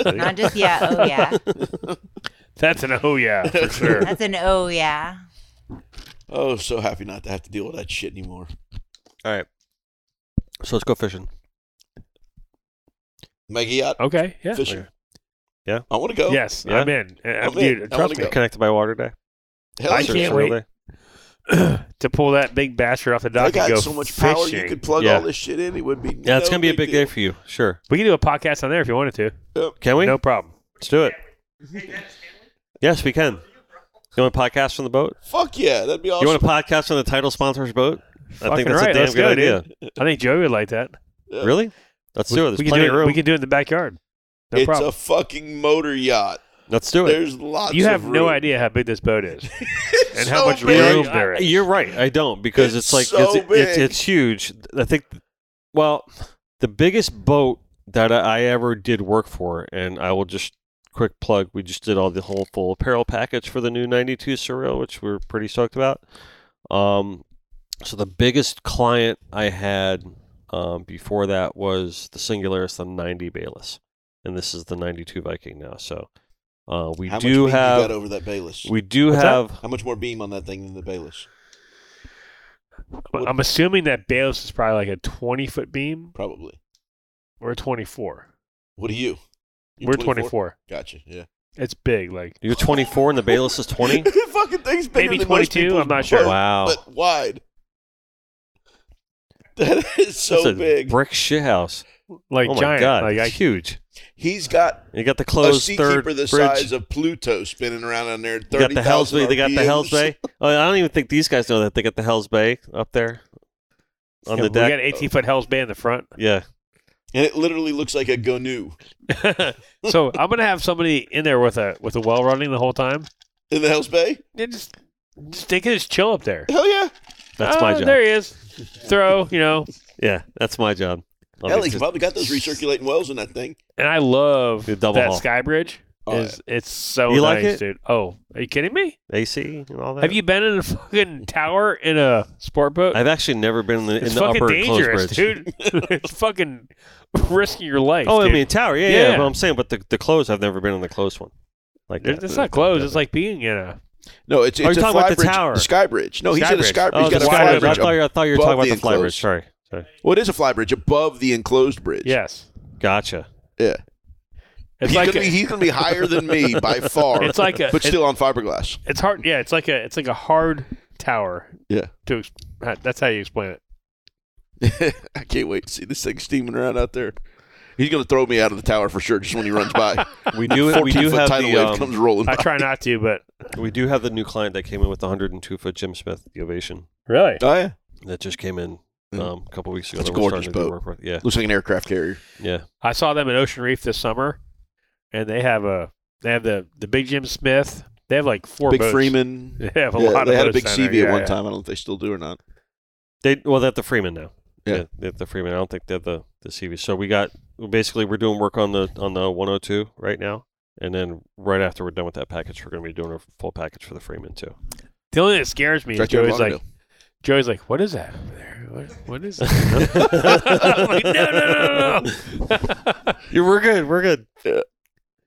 E: Not just yeah, oh yeah.
C: That's an oh yeah for sure.
E: That's an oh yeah.
B: oh, so happy not to have to deal with that shit anymore.
D: All right. So let's go fishing.
B: Maggie out
C: Okay. Yeah.
B: fishing.
D: Yeah.
B: I want to go.
C: Yes,
D: Yeah.
C: I'm in. Uh,
B: I'm
C: dude,
B: in. I wanna
C: trust me
B: go.
D: Connected by water day.
B: Hell
C: I
B: yeah.
C: can't
D: Surreal
C: wait.
D: day.
C: to pull that big bastard off the
B: I
C: dock and
B: got
C: go
B: so much
C: fishing.
B: power you could plug
D: Yeah.
B: all this shit in. It would be
D: Yeah, it's
B: no
D: gonna be a big day
B: deal.
D: for you. Sure.
C: we can do a podcast on there if you wanted to.
D: Can we?
C: No problem.
D: Let's do it. Yes, we can. You want a podcast from the boat?
B: Fuck yeah, that'd be awesome.
D: You want a podcast on the title sponsor's boat? I
C: Fucking
D: think that's
C: right.
D: a damn
C: Let's
D: good
C: go,
D: idea.
C: dude. I think Joey would like that.
B: Yeah.
D: Really? Let's do it. There's
C: we can
D: plenty
C: do it.
D: of room.
C: We can do it in the backyard. No
B: it's
C: problem.
B: a fucking motor yacht.
D: Let's do it.
B: There's lots.
C: You have
B: of
C: no
B: room.
C: idea how big this boat is
B: It's
C: and how
B: so
C: much
B: big.
C: room there is.
D: You're right. I don't because
B: It's
D: it's, like
B: so
D: it's, it's
B: big.
D: it's huge. I think. Well, the biggest boat that I I ever did work for, and I will just quick plug. We just did all the whole full apparel package for the new '92 Surreal, which we are pretty stoked about. Um, so the biggest client I had um, before that was the Singularis, the '90 Bayless, and this is the '92 Viking now. So uh, we
B: How much beam
D: do
B: you
D: have
B: got over that Bayless?
D: we do
C: What's that?
D: have.
B: how much more beam on that thing than the Bayless?
C: But I'm assuming that Bayless is probably like a 20 foot beam
B: Probably.
C: or a 24.
B: What are you? You're
C: We're 24.
B: Gotcha. Yeah.
C: It's big. Like
D: You're 24 and the Bayless is 20?
B: fucking thing's bigger
C: Maybe
B: than most
C: 22,
B: people's
C: I'm not sure.
B: boat,
D: Wow.
B: But wide. That is so
D: That's a
B: big.
D: brick shithouse.
C: like
D: oh my
C: giant.
D: god,
C: Like
D: it's
C: I,
D: huge.
B: He's got
D: You got the
B: a
D: closed
B: seakeeper
D: third
B: the
D: bridge.
B: size of Pluto spinning around on there.
D: you got the Hell's Bay. They got the Hell's
B: Bay.
D: Bay. Oh, I don't even think these guys know that they got the Hell's Bay up there on
C: Yeah,
D: the
C: we got
D: deck.
C: an 18 foot Hell's Bay in the front.
D: yeah,
B: And it literally looks like a gonu
C: so I'm gonna have somebody in there with a with a well running the whole time.
B: in the Hell's Bay.
C: Yeah, just just they can just chill up there.
B: Hell yeah.
D: that's
C: Ah,
D: my job.
C: There he is. Throw, you know,
D: Yeah, that's my job. I'll
B: Hell,
D: be
B: he's
D: just-
B: probably got those recirculating wells in that thing.
C: and I love
D: The
C: that
D: double hull.
C: sky bridge.
B: Oh,
C: is it's so
D: You like
C: nice,
D: it?
C: dude. Oh, are you kidding me?
D: AC and all that.
C: Have you been in a fucking tower in a sport boat?
D: I've actually never been in the,
C: it's
D: in the
C: fucking
D: upper closed
C: dangerous,
D: bridge.
C: dude. it's fucking risking your life.
D: Oh, I
C: dude.
D: mean tower. Yeah, yeah.
C: Yeah.
D: But I'm saying, but the the closed. I've never been in the closed one. Like
C: It-
D: that.
C: it's not close. It's like being in a.
B: No, it's,
D: Are
B: it's
D: you
B: a
D: Oh, talking about
B: fly
D: the
B: bridge,
D: tower?
B: a sky bridge. No, he's
C: Sky
B: got a
C: bridge.
B: sky bridge.
D: Oh,
B: He's
D: the
B: got a
C: wide
D: sky
B: fly
C: open.
D: bridge. I
B: bridge.
D: thought, you- I thought you were
B: above
D: talking about
B: the
D: the fly bridge.
B: enclosed.
D: Sorry, sorry.
B: Well, it is a fly bridge above the enclosed bridge.
C: Yes.
D: Gotcha.
B: Yeah.
C: It's
B: he's,
C: like
B: gonna be,
C: a,
B: he's gonna be higher than me by far.
C: it's like a.
B: but
C: it-
B: still on fiberglass.
C: it's hard. Yeah, it's like a. It's like a hard tower.
B: Yeah.
C: To ex- uh, that's how you explain it.
B: I can't wait to see this thing steaming around out there. He's gonna throw me out of the tower for sure just when he runs by.
D: We do. We
B: Fourteen
D: do
B: foot
D: have
B: tidal
D: the.
B: wave
D: um,
B: comes rolling.
C: I
B: by.
C: try not to, but
D: We do have the new client that came in with the 102 foot Jim Smith, the Ovation,
C: really,
B: Oh yeah,
D: that just came in
B: Mm.
D: um, a couple weeks ago.
B: That's
D: that
B: a
D: we're
B: gorgeous
D: starting to do
B: boat.
D: work with. Yeah,
B: looks like an aircraft carrier.
D: yeah.
C: I saw them at Ocean Reef this summer, and they have a. They have the the big Jim Smith. They have like four
B: big
C: boats.
B: Freeman.
C: They have a
B: yeah,
C: lot
B: they
C: of
B: had a
C: boats
B: big
C: down
B: CV
C: there.
B: at
C: Yeah,
B: one
C: yeah.
B: time. I don't know if they still do or not.
D: They well, they're at the Freeman now.
B: Yeah.
D: they have the Freeman. I don't think they're the the CV. So we got basically we're doing work on the on the 102 right now, and then right after we're done with that package, we're going to be doing a full package for the Freeman too.
C: The only thing that scares me is
B: Right there in
C: Joey's like,
B: Lauderdale.
C: Joey's like, what is that over there? What, what is that? I'm like, no, no, no, no.
D: Yeah, we're good. We're good.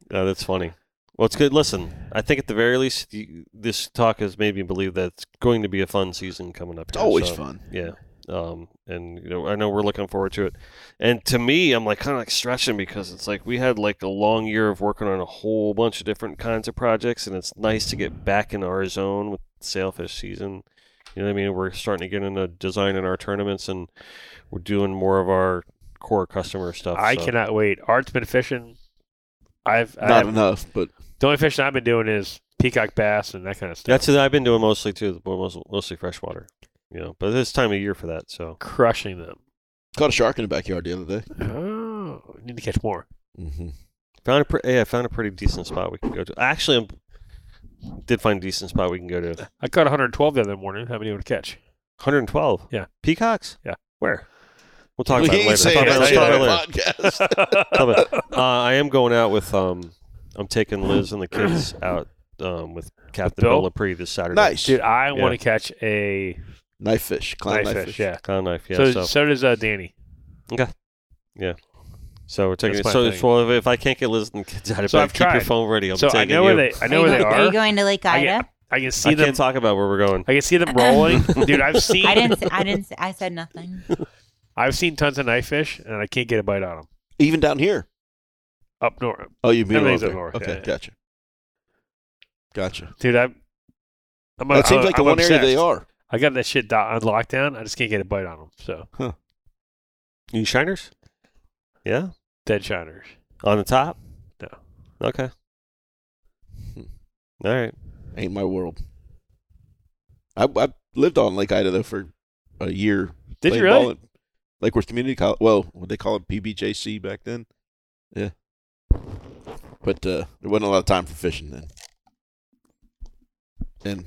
D: No, that's funny. Well, it's good. Listen, I think at the very least, you, this talk has made me believe that it's going to be a fun season coming up.
B: It's
D: here,
B: always
D: so,
B: fun.
D: Yeah. Um, and you know, I know we're looking forward to it. And to me, I'm like kind of like stretching because it's like we had like a long year of working on a whole bunch of different kinds of projects, and it's nice to get back in our zone with sailfish season. You know what I mean? We're starting to get into design in our tournaments, and we're doing more of our core customer stuff.
C: I
D: so.
C: cannot wait. Art's been fishing. I've I
B: Not
C: have,
B: enough, but
C: the only fishing I've been doing is peacock bass and that kind of stuff.
D: That's what I've been doing mostly too, but most- mostly freshwater. You know, but this time of year for that. So
C: crushing them.
B: caught a shark in the backyard the other day.
C: Oh, I need to catch more.
B: Mm-hmm.
D: found a pre- yeah, I found a pretty decent spot we can go to. Actually, i did find a decent spot we can go to.
C: I caught 112 the other morning. Haven't been able to catch.
D: 112.
C: Yeah.
D: peacocks.
C: Yeah.
D: Where? We'll talk about it later.
B: say
D: Talk
B: it
D: about it
B: on
D: later.
B: the
D: Talk about it later.
B: podcast.
D: Talk about it. Uh, I am going out with um, I'm taking Liz and the kids out um with Captain
C: Bill?
D: Bill, Lapre this Saturday.
B: nice,
C: Dude, I
D: Yeah.
C: want to catch a
B: Knife fish, clown
C: knife
B: knife
C: fish.
B: fish.
C: Yeah.
D: Con knife. Yeah.
C: so,
D: so
C: so does uh, Danny.
D: so we're taking.
C: That's my
D: So,
C: thing.
D: so if I can't get Liz and the kids out of
C: So
D: bed,
C: I've
D: keep your
C: tried.
D: phone ready. I'm
C: so I
D: taking
C: know
D: you.
C: where they I know
E: are,
C: where
E: you
C: they
E: go- are
C: are.
E: you going to Lake
C: I get-
E: Ida?
C: I can see
D: I
C: them.
D: can't talk about where we're going.
C: I can see them rolling, dude. I've seen
E: I didn't. s- I didn't. s- I said nothing.
C: I've seen tons of knife fish, and I can't get a bite on them
B: Even down here.
C: up north.
B: Oh, you mean
C: Everything's
B: over
C: up
B: there.
C: north,
B: Okay,
C: yeah, yeah.
B: gotcha, gotcha.
C: Dude, I'm. I'm
B: That seems
C: I'm-
B: like the
C: I'm
B: one area
C: obsessed.
B: they are.
C: I got that shit do- on lockdown. I just can't get a bite on them. So
D: You shiners? Yeah.
C: dead shiners.
D: On the top?
C: No.
D: Okay.
B: Hmm.
D: All right.
B: Ain't my world. I, I lived on Lake Ida though for a year.
C: Did
B: playing
C: you really?
B: ball at Lake Worth Community College. Well, what they call it PBJC back then. Yeah, but uh, there wasn't a lot of time for fishing then. And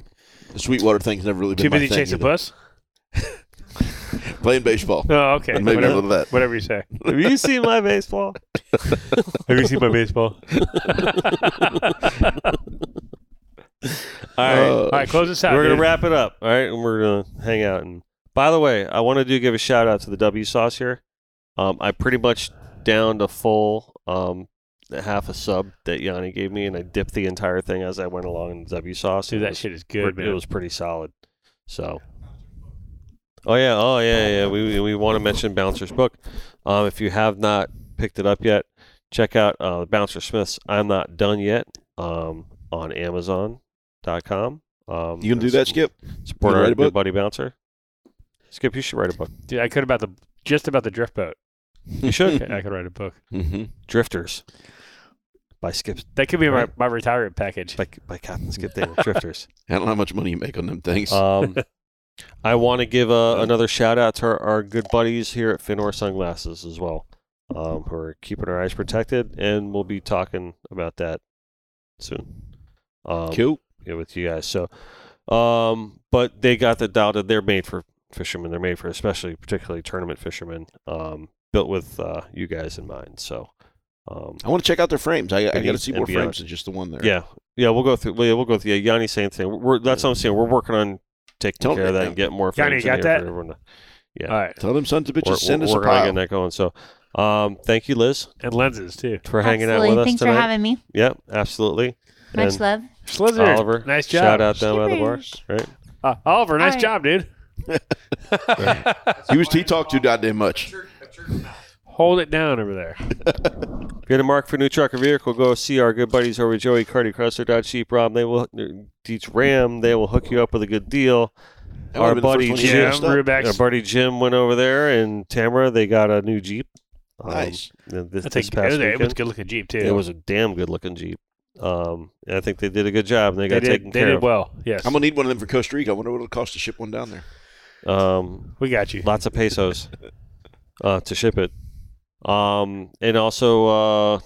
B: the Sweetwater thing's never really been
C: Too
B: my
C: busy
B: thing
C: chasing
B: either.
C: puss.
B: Playing baseball.
C: Oh, okay.
B: and maybe a
C: Whatever,
B: little of that.
C: whatever you say.
D: Have you seen my baseball?
C: Have you seen my baseball?
D: All right.
B: Oh,
C: All right, close this out.
D: Uh, we're going
C: dude.
D: to wrap it up. All right. And we're going to hang out. And by the way, I want to do give a shout out to the W Sauce here. Um, I pretty much downed a full um, half a sub that Yanni gave me, and I dipped the entire thing as I went along in W Sauce.
C: Dude,
D: It
C: that
D: was
C: shit is
D: pre-
C: good, man.
D: It was pretty solid. So. Oh yeah, oh yeah, yeah. We we want to mention Bouncer's book. Um, if you have not picked it up yet, check out uh, Bouncer Smith's "I'm Not Done Yet" um, on Amazon.com. Um,
B: You gonna do that, Skip?
D: Support
B: You
D: our
B: write a
D: good
B: book?
D: buddy Bouncer. Skip, you should write a book.
C: Dude, I could about the just about the drift boat.
D: You should.
C: I could write a book.
B: Mm-hmm.
D: Drifters by Skip
C: That could be my,
D: Right.
C: my retirement package.
D: by, by Captain Skip Daniel. Drifters.
B: I don't know how much money you make on them things.
D: Um, I want to give uh, another shout out to our, our good buddies here at Finor Sunglasses as well, um, who are keeping our eyes protected, and we'll be talking about that soon. Um,
B: cool.
D: yeah, with you guys. So, um, but they got the dial that they're made for fishermen. They're made for especially particularly tournament fishermen, um, built with uh, you guys in mind. So, um,
B: I want to check out their frames. I, I got to
D: Beneath
B: see
D: and
B: more
D: beyond.
B: frames than just the one there.
D: yeah, yeah, we'll go through. Yeah, we'll go through. Yeah, Yanni, same thing. We're that's what I'm saying. We're working on taking
B: Totally.
D: care of that and getting more.
C: Yanni,
D: frames
C: you
D: in
C: got
D: here
C: that?
D: For everyone to, yeah.
C: All right,
B: Tell them sons of bitches
D: we're,
B: send
D: we're,
B: us a
D: we're gonna
B: pile.
D: get that going. So, um, thank you, Liz,
C: and lenses too.
D: for hanging out
E: Absolutely.
D: with us
E: Thanks
D: tonight.
E: for having me.
D: Yep, absolutely.
E: Much
D: And
E: love.
C: Slizzard,
D: Oliver,
C: nice job.
D: Shout out down by the bar.
E: Cheers.
D: Right.
C: Uh, Oliver, nice
E: All right.
C: job, dude.
B: He was he talked too goddamn much.
C: Hold it down over there.
D: If you're in the market for a new truck or vehicle, go see our good buddies over at Joey Cardi Chrysler Dodge Jeep Ram. They will teach Ram. They will hook you up with a good deal.
B: That
D: Our
B: would've been the
D: buddy
B: first one he
D: Jim
C: Yeah,
B: messed up.
D: Our
C: Rubex.
D: buddy Jim went over there, and Tamara they got a new Jeep. Um,
B: Nice.
D: th- This,
C: That's
D: this
C: a, it,
D: past
C: was a- it was
D: weekend.
C: a good looking Jeep too.
D: It was a damn good looking Jeep. Um, and I think they did a good job, and they
C: They
D: got
C: did,
D: taken
C: they
D: care
C: did well. Yes,
B: I'm gonna need one of them for Costa Rica. I wonder what it'll cost to ship one down there.
D: of. Um,
C: we got you.
D: lots of pesos uh, to ship it. Um, and also, uh,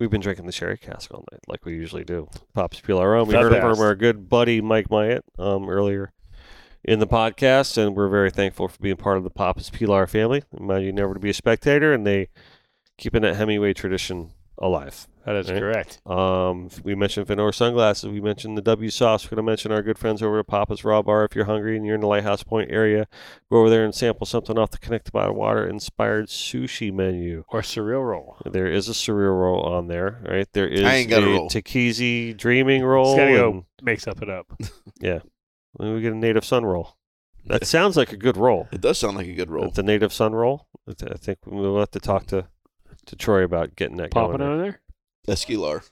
D: we've been drinking the sherry cask all night, like we usually do. Pops Peel Our Own. We
C: The
D: heard
C: best.
D: from our good buddy Mike Myatt um, earlier in the podcast, and we're very thankful for being part of the Pops Pilar family. Remind you never to be a spectator, and they keeping that Hemingway tradition alive.
C: That is
D: Right.
C: correct.
D: Um, we mentioned Fenor sunglasses. We mentioned the W sauce. We're going to mention our good friends over at Papa's Raw Bar. If you're hungry and you're in the Lighthouse Point area, go over there and sample something off the Connected by Water inspired sushi menu.
C: Or surreal roll.
D: There is a surreal roll on there, right? There is
B: I ain't got a roll.
D: Takizi dreaming roll.
C: Just gotta go
D: and
C: make something up.
D: maybe we get a native sun roll. That sounds like a good roll.
B: It does sound like a good roll.
D: The native sun roll. I th- I think we'll have to talk to, to Troy about getting that
C: Pop it
D: going.
C: over there.
B: Esquilar.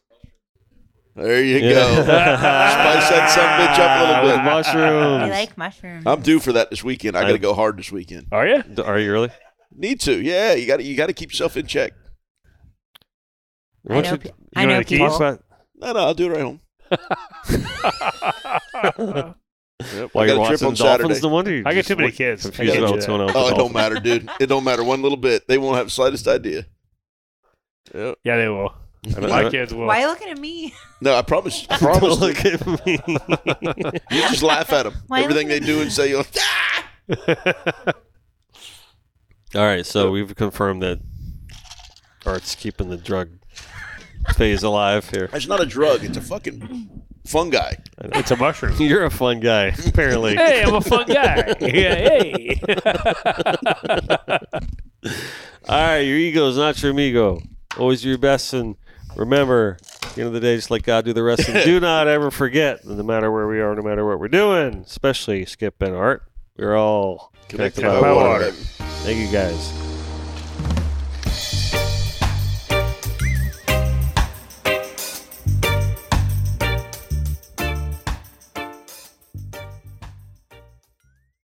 B: There you go.
D: Spice
B: that son of a bitch up a little bit.
E: I
D: Mushrooms.
E: like mushrooms.
B: I'm due for that this weekend. I got
D: Ah, I-
B: to go hard this weekend.
C: Are you?
D: D- Are you really?
B: Need to. Yeah, you got to you got to keep yourself in check.
E: I
D: Why don't
E: know
D: you-
E: pe-
D: you
E: I know
D: wanna talk
E: people.
D: about-
B: No, no, I'll do it right home.
D: While
B: I got
D: you're
B: a trip
D: watching
B: on
D: Dolphins,
B: Saturday.
D: no wonder you
C: I get
D: just
C: too many
D: look
C: kids. I
D: Confused
C: can't
D: about
C: do
D: what's
C: that.
D: going on. with
B: Oh,
D: the
B: it don't
D: Dolphins.
B: matter, dude. It don't matter one little bit. They won't have the slightest idea.
C: yeah, they will.
D: I don't- I
C: My
D: don't-
C: kids will.
E: Why are you looking at me?
B: No, I promise. I
D: Don't
B: promise.
D: look at me.
B: You just laugh at them.
E: Why
B: Everything they
E: look at
B: do and say, "Oh, you'll,
D: All right, so we've confirmed that Art's keeping the drug phase alive here.
B: it's not a drug. It's a fucking fungi.
C: It's a mushroom.
D: You're a fun guy, apparently.
C: hey, I'm a fun guy. Yeah, hey.
D: All right, your ego's not your amigo. Always do your best, and remember, at the end of the day, just let God do the rest. And do not ever forget, that no matter where we are, no matter what we're doing, especially Skip and Art, we're all connected by
C: by
D: water.
C: water.
D: Thank you, guys.